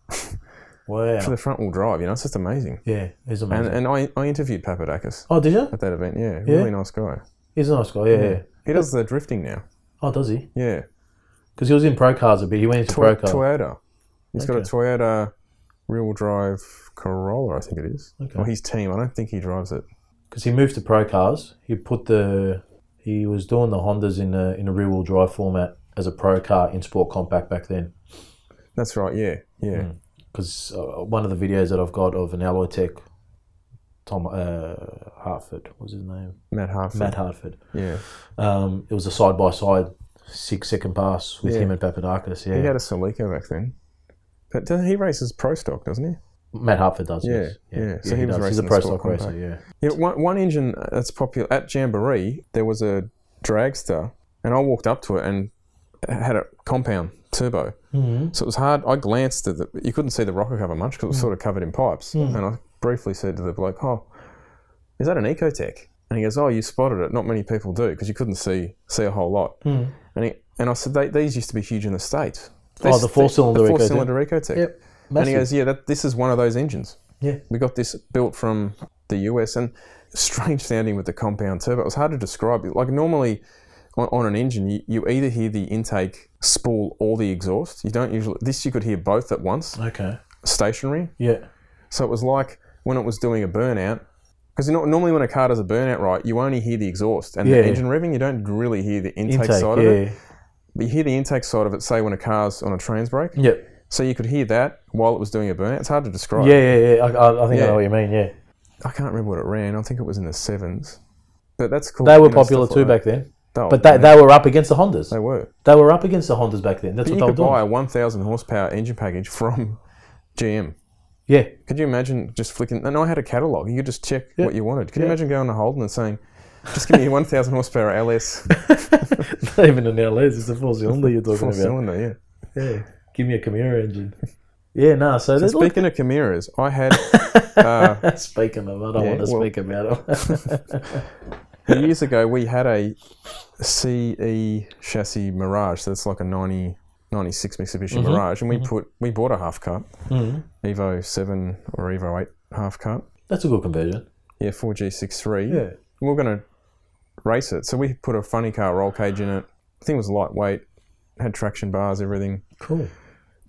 for Wow. the front wheel drive, you know, it's just amazing. Yeah, he's amazing. And, and I, I interviewed Papadakis oh, did you? at that event. Yeah, Yeah? really nice guy. He's a nice guy. Yeah. yeah. He does the drifting now. Oh, does he? Yeah. Because he was in pro cars a bit. He went into pro Toy- cars. Toyota. He's got a Okay. Toyota rear-wheel drive Corolla, I think it is. Okay. Or his team. I don't think he drives it. because he moved to pro cars. He put the he was doing the Hondas in a in a rear wheel drive format as a pro car in sport compact back then. That's right. Yeah, yeah. Hmm. Because uh, one of the videos that I've got of an Alloy Tech, Tom uh, Hartford, what was his name? Matt Hartford. Matt Hartford. Yeah. Um, it was a side by side six second pass with Yeah. him and Papadakis. He Yeah, had a Celica back then. But doesn't he races pro stock, doesn't he? Matt Hartford does. Yeah, yes. yeah. So he was does. He's a racing pro the sport stock racer. compact. Yeah. Yeah. One, one engine that's popular at Jamboree. There was a dragster, and I walked up to it and it had a compound turbo. Mhm. So it was hard. I glanced at the. You couldn't see the rocker cover much because Mm. it was sort of covered in pipes. And I briefly said to the bloke, "Oh, is that an Ecotech?" And he goes, "Oh, you spotted it. Not many people do because you couldn't see see a whole lot." And he, and I said, they, "These used to be huge in the states." Mm. Oh, the four-cylinder the Ecotec. four-cylinder Ecotec. Yep. And he Massive. goes, yeah, that this is one of those engines. yeah. We got this built from the US, and strange sounding with the compound turbo. It was hard to describe. Like normally, on, on an engine, you, you either hear the intake spool or the exhaust. You don't usually. This you could hear both at once, Okay. stationary. Yeah. So it was like when it was doing a burnout. Because normally when a car does a burnout, right, you only hear the exhaust and Yeah. the engine revving. You don't really hear the intake, Intake. side yeah. of it. But you hear the intake side of it, say when a car's on a trans brake. Yep. So you could hear that while it was doing a burnout. It's hard to describe. Yeah. Yeah. Yeah. I, I, I think Yeah. I know what you mean. Yeah. I can't remember what it ran. I think it was in the sevens. But that's cool. They you were know, popular stuff too like back then, that. Oh, but they, yeah, they were up against the Hondas. they were. They were up against the Hondas back then. That's But you what they were could buy doing. a 1,000 horsepower engine package from GM. Yeah. Could you imagine just flicking? And I had a catalogue. You could just check what you wanted. Could you imagine going to Holden and saying, just give me your 1,000 horsepower LS It's not even an LS. It's a four cylinder you're talking full about. cylinder? Yeah. Yeah. Give me a Camaro engine. Yeah. No. So, there's Speaking of Camaros, I had Speaking of, I don't Yeah, want to well- speak about it. years ago we had a CE chassis Mirage. That's like a 90, 96 Mitsubishi Mirage, and we put we bought a half cup Evo seven or Evo eight half cup. That's a good conversion. Yeah, four G six three. we are gonna race it. So we put a funny car roll cage in it. The thing was lightweight, had traction bars, everything. Cool.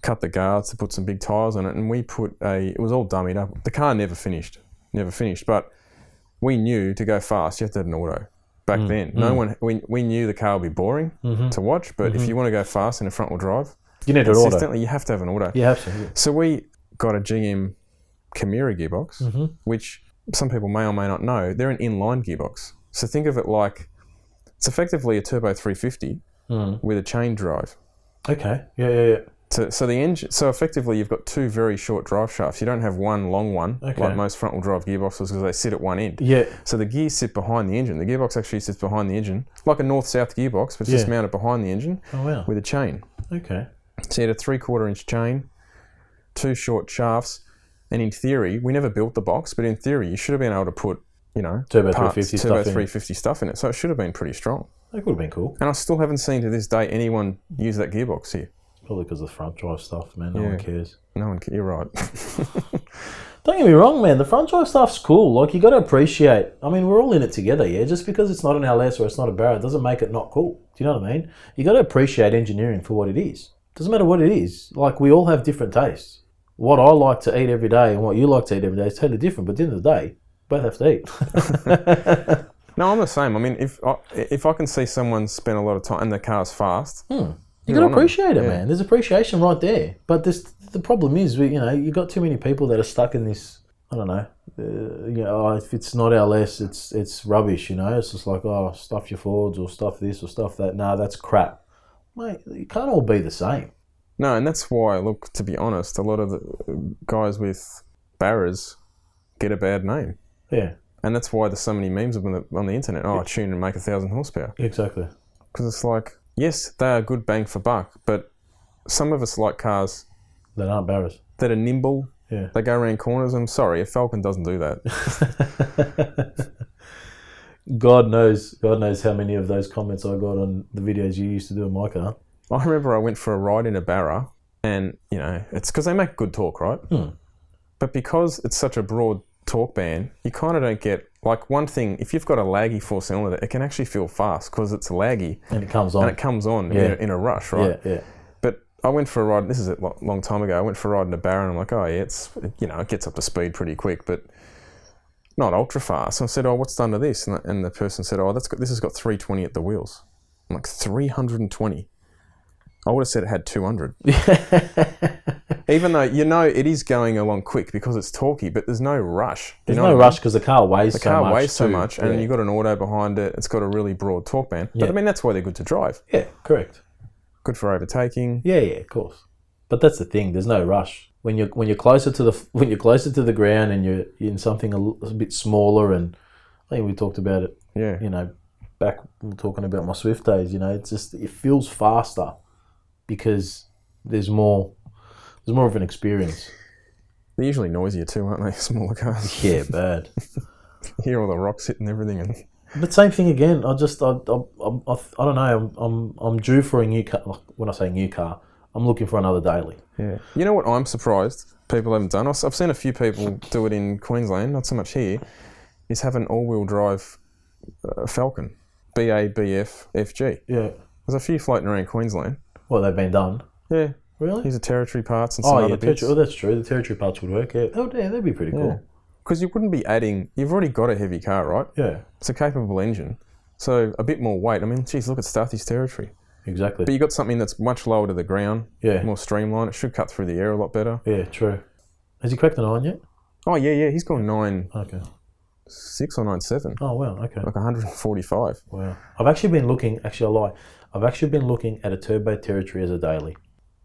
Cut the guards to put some big tires on it, and we put a. It was all dummied up. The car never finished, never finished. But we knew to go fast, you have to have an auto. Back then, no one we, we knew the car would be boring to watch, but if you want to go fast in a front wheel drive You need an auto. consistently, you have to have an auto. You have to. So we got a GM Chimera gearbox, which some people may or may not know. They're an inline gearbox. So think of it like it's effectively a turbo 350 with a chain drive. Okay. Yeah. Yeah. Yeah. So, so the engine, so effectively you've got two very short drive shafts. You don't have one long one Okay. like most front wheel drive gearboxes because they sit at one end. Yeah. So the gears sit behind the engine. The gearbox actually sits behind the engine, like a north south gearbox, but it's just Yeah. mounted behind the engine Oh wow. with a chain. Okay. So you had a three quarter inch chain, two short shafts, and in theory, we never built the box, but in theory, you should have been able to put, you know, Turbo 350 turbo stuff in. 350 stuff in it. So it should have been pretty strong. That would have been cool. And I still haven't seen to this day anyone use that gearbox here. Probably because of the front drive stuff, man. No one Yeah. cares. No one, ca- you're right. Don't get me wrong, man. The front drive stuff's cool. Like you got to appreciate. I mean, we're all in it together, yeah. Just because it's not an LS or it's not a Barrett doesn't make it not cool. Do you know what I mean? You got to appreciate engineering for what it is. Doesn't matter what it is. Like we all have different tastes. What I like to eat every day and what you like to eat every day is totally different. But at the end of the day, both have to eat. no, I'm the same. I mean, if I, if I can see someone spend a lot of time and the car's fast, You got to on 'em. appreciate it, man. There's appreciation right there. But this, the problem is, we, you know, you got too many people that are stuck in this. I don't know. Uh, you know, oh, if it's not LS, it's it's rubbish. You know, it's just like oh, stuff your Fords or stuff this or stuff that. No, that's crap, mate. It can't all be the same. no, and that's why. Look, to be honest, a lot of the uh, guys with barras get a bad name. Yeah, And that's why there's so many memes on the, on the internet. Oh, tune and make a thousand horsepower. exactly. Because it's like, yes, they are good bang for buck, but some of us like cars That aren't barriers. that are nimble. Yeah. They go around corners. I'm sorry, a Falcon doesn't do that. God knows, God knows how many of those comments I got on the videos you used to do in my car. I remember I went for a ride in a Barra, and you know, it's because they make good talk, right? But because it's such a broad talk band, you kind of don't get like one thing. If you've got a laggy four cylinder, it can actually feel fast because it's laggy And it comes and on. it comes on in, Yeah. a, in a rush, right? Yeah, yeah, But I went for a ride. This is a lo- long time ago. I went for a ride in a Barra, and I'm like, oh yeah, it's you know, it gets up to speed pretty quick, but not ultra fast. And I said, oh, what's done to this? And the, and the person said, oh, that's got, this has got 320 at the wheels. I'm like 320. I would have said it had 200. Even though you know it is going along quick because it's talky, but there's no rush. You There's know no what I mean? rush because the car weighs so Car much. weighs so too. much, Yeah. and you've got an auto behind it. It's got a really broad talk band. But Yeah. I mean, that's why they're good to drive. yeah, correct. Good for overtaking. Yeah, yeah, of course. But that's the thing. There's no rush when you're when you're closer to the when you're closer to the ground and you're in something a, l- a bit smaller. And I think we talked about it. Yeah. You know, back we were talking about my Swift days. You know, it's just it feels faster because there's more there's more of an experience. They're usually noisier too, aren't they? Smaller cars. Yeah, bad. hear all the rocks hitting everything and But same thing again. I just I I, I, I don't know. I'm, I'm I'm due for a new car. When I say new car, I'm looking for another daily. Yeah. You know what? I'm surprised people haven't done. I've s- I've seen a few people do it in Queensland, not so much here. Is have an all-wheel drive uh, Falcon, B A B F F G. Yeah. There's a few floating around Queensland. Well, they've been done. Yeah. Really? Here's a territory parts and some Oh, yeah. other bits. Territory, oh, that's true. The territory parts would work. Yeah. Oh, yeah, that'd be pretty cool. Because you wouldn't be adding. You've already got a heavy car, right? Yeah. It's a capable engine. So a bit more weight. I mean, geez, look at Southeast Territory. Exactly. But you got something that's much lower to the ground, Yeah. more streamlined. It should cut through the air a lot better. Yeah, true. Has he cracked an iron yet? Oh yeah, yeah. He's gone nine Okay. six or nine seven, Oh, wow. Okay. like 145. Wow. I've actually been looking, actually, I lie. I've actually been looking at a turbo territory as a daily.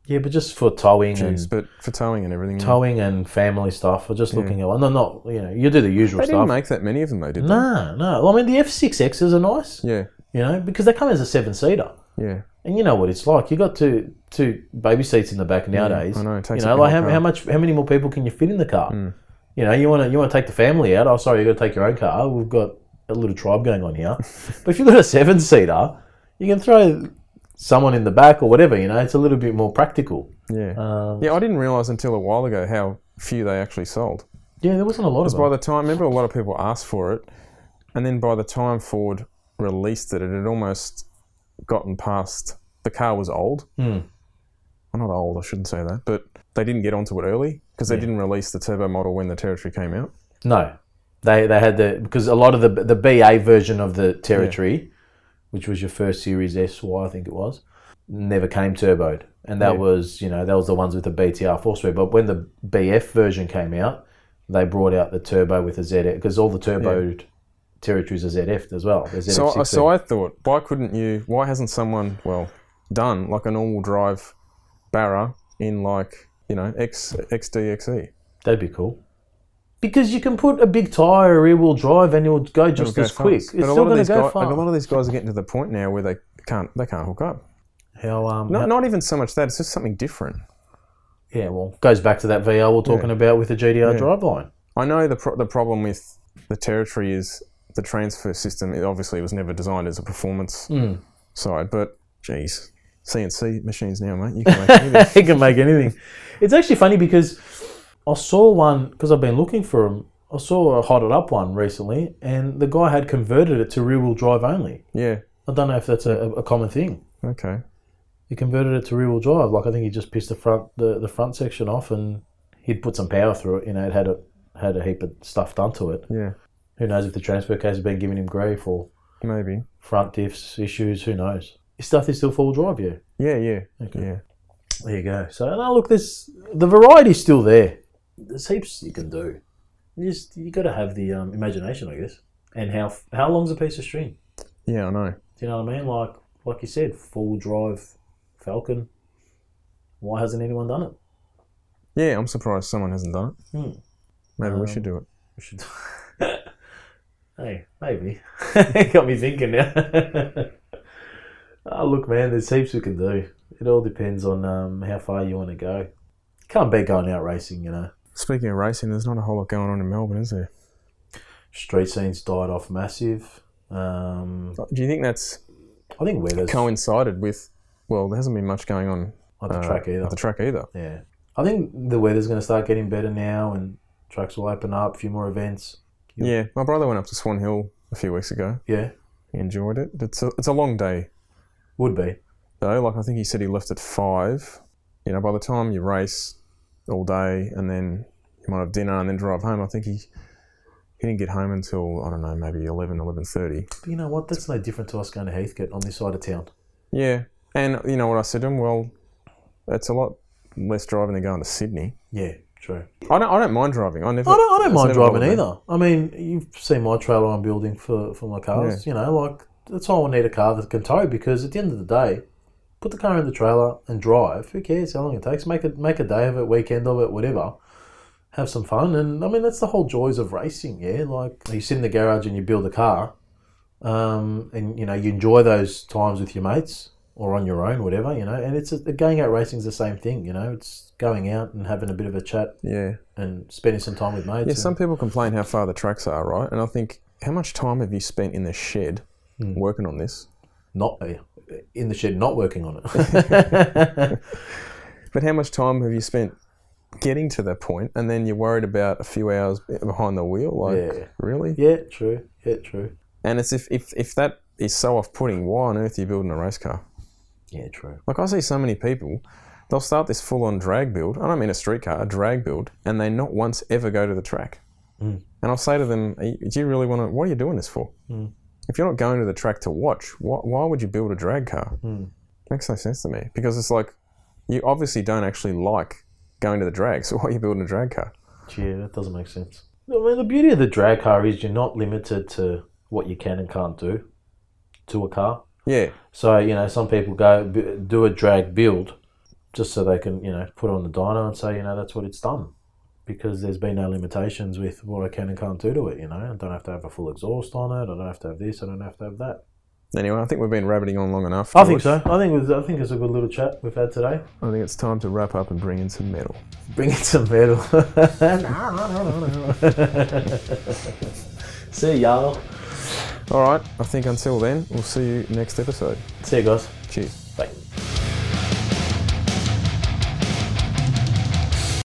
Yeah, but just for towing Jeez, and but for towing and everything. yeah. towing and family stuff, or just looking at one. No, not, you know, you do the usual They stuff. didn't make that many of them, though, did no, no. I mean, the F6Xs are nice, they? Yeah, you know, because they come as a seven seater. yeah. And you know what it's like. You got two two baby seats in the back nowadays. I know, it takes you up know, the like whole how, car. how much how many more people can you fit in the car? Mm. You know, you want to you want to take the family out. Oh, sorry, you got to take your own car. We've got a little tribe going on here. but if you've got a seven seater, you can throw someone in the back or whatever. You know, it's a little bit more practical. Yeah. Um, yeah, I didn't realise until a while ago how few they actually sold. yeah, there wasn't a lot of By them. the time, remember, a lot of people asked for it, and then by the time Ford released it, it had almost gotten past. The car was old. Hmm. Well, not old, I shouldn't say that, but they didn't get onto it early because they didn't release the turbo model when the territory came out. No, they they had the because a lot of the the BA version of the territory, which was your first Series S Y, I think it was, never came turboed, and that Yeah. was you know that was the ones with the BTR four speed. But when the BF version came out, they brought out the turbo with the ZF because all the turboed territories are ZF as well. The So, I- ZF so I thought, why couldn't you? Why hasn't someone well done like a normal drive Barra in like you know X E? XDXE? that'd be cool. Because you can put a big tire, rear wheel drive, and it'll go just Go as quick. fast. It's a still lot of going to these go guy- far. A lot of these guys are getting to the point now where they can't they can't hook up. How um, Not, not even so much that. It's just something different. yeah, well, goes back to that VR we're talking about with the GDR driveline. I know the pro- the problem with the territory is the transfer system. It obviously was never designed as a performance Hmm. side, but geez, CNC machines now, mate. You can make anything. it can make anything. It's actually funny because I saw one because I've been looking for them. I saw a hotted up one recently, and the guy had converted it to rear wheel drive only. yeah. I don't know if that's a, a common thing. Okay. He converted it to rear wheel drive. Like I think he just pissed the front the, the front section off, and he'd put some power through it. You know, it had a had a heap of stuff done to it. Yeah. Who knows if the transfer case has been giving him grief or Maybe. front diffs issues? Who knows? His stuff is still four wheel drive, yeah. Yeah. Yeah. Yeah. There you go. So now look, there's the variety's still there. There's heaps you can do. You just you got to have the um, imagination, I guess. And how f- how long's a piece of string? Yeah. I know. Do you know what I mean? Like like you said, full drive Falcon. Why hasn't anyone done it? Yeah, I'm surprised someone hasn't done it. Hmm. Maybe we should do it. We should. hey, maybe. got me thinking now. oh, look, man, there's heaps we can do. It all depends on um, how far you want to go. Can't be going out racing, you know. Speaking of racing, there's not a whole lot going on in Melbourne, is there? street scenes died off massive. Um, Do you think that's I think weather's coincided with? Well, there hasn't been much going on on the uh, track either. at the track either. Yeah, I think the weather's going to start getting better now, and tracks will open up. A few more events. Yeah. my brother went up to Swan Hill a few weeks ago. Yeah, He enjoyed it. It's a, it's a long day would be. though. Like I think he said he left at five. You know, by the time you race all day and then you might have dinner and then drive home. I think he he didn't get home until I don't know maybe 11, 11.30. But you know what? That's no different to us going to Heathcote on this side of town. Yeah, and you know what I said to him? Well, it's a lot less driving than going to Sydney. Yeah, true. I don't, I don't mind driving. I never. I don't, I don't it's mind never bothered driving me. either. I mean, you've seen my trailer I'm building for, for my cars. You know, like that's why I need a car that can tow because at the end of the day, put the car in the trailer and drive. Who cares how long it takes? Make it make a day of it, weekend of it, whatever. Have some fun, and I mean that's the whole joys of racing. Yeah, like you sit in the garage and you build a car, um, and you know you enjoy those times with your mates or on your own, whatever. You know, and it's a, going out racing is the same thing. You know, it's going out and having a bit of a chat Yeah. and spending some time with mates. Yeah. and- Some people complain how far the tracks are, right? And I think, how much time have you spent in the shed Hmm. working on this? uh, not in the shed, not working on it. But how much time have you spent getting to that point, and then you're worried about a few hours behind the wheel? Like, Yeah. really? Yeah, true. Yeah, true. And it's if, if if that is so off-putting, why on earth are you building a race car? Yeah, true. Like I see so many people, they'll start this full-on drag build. I don't mean a street car, a drag build, and they not once ever go to the track. Mm. And I'll say to them, "Are you- "Do you really want to? What are you doing this for? Mm. If you're not going to the track to watch, why, why would you build a drag car? Mm. Makes no sense to me because it's like you obviously don't actually like going to the drag, so why are you building a drag car? Yeah, that doesn't make sense. I mean, the beauty of the drag car is you're not limited to what you can and can't do to a car. Yeah, So you know, some people go b- do a drag build just so they can you know put on the dyno and say you know that's what it's done because there's been no limitations with what I can and can't do to it. You know, I don't have to have a full exhaust on it. I don't have to have this. I don't have to have that. Anyway, I think we've been rabbiting on long enough. I think so. George. I think it was, I think it's a good little chat we've had today. I think it's time to wrap up and bring in some metal. Bring it to metal. No, no, no, no, no. See y'all. All right, I think until then, we'll see you next episode. See you guys. Cheers.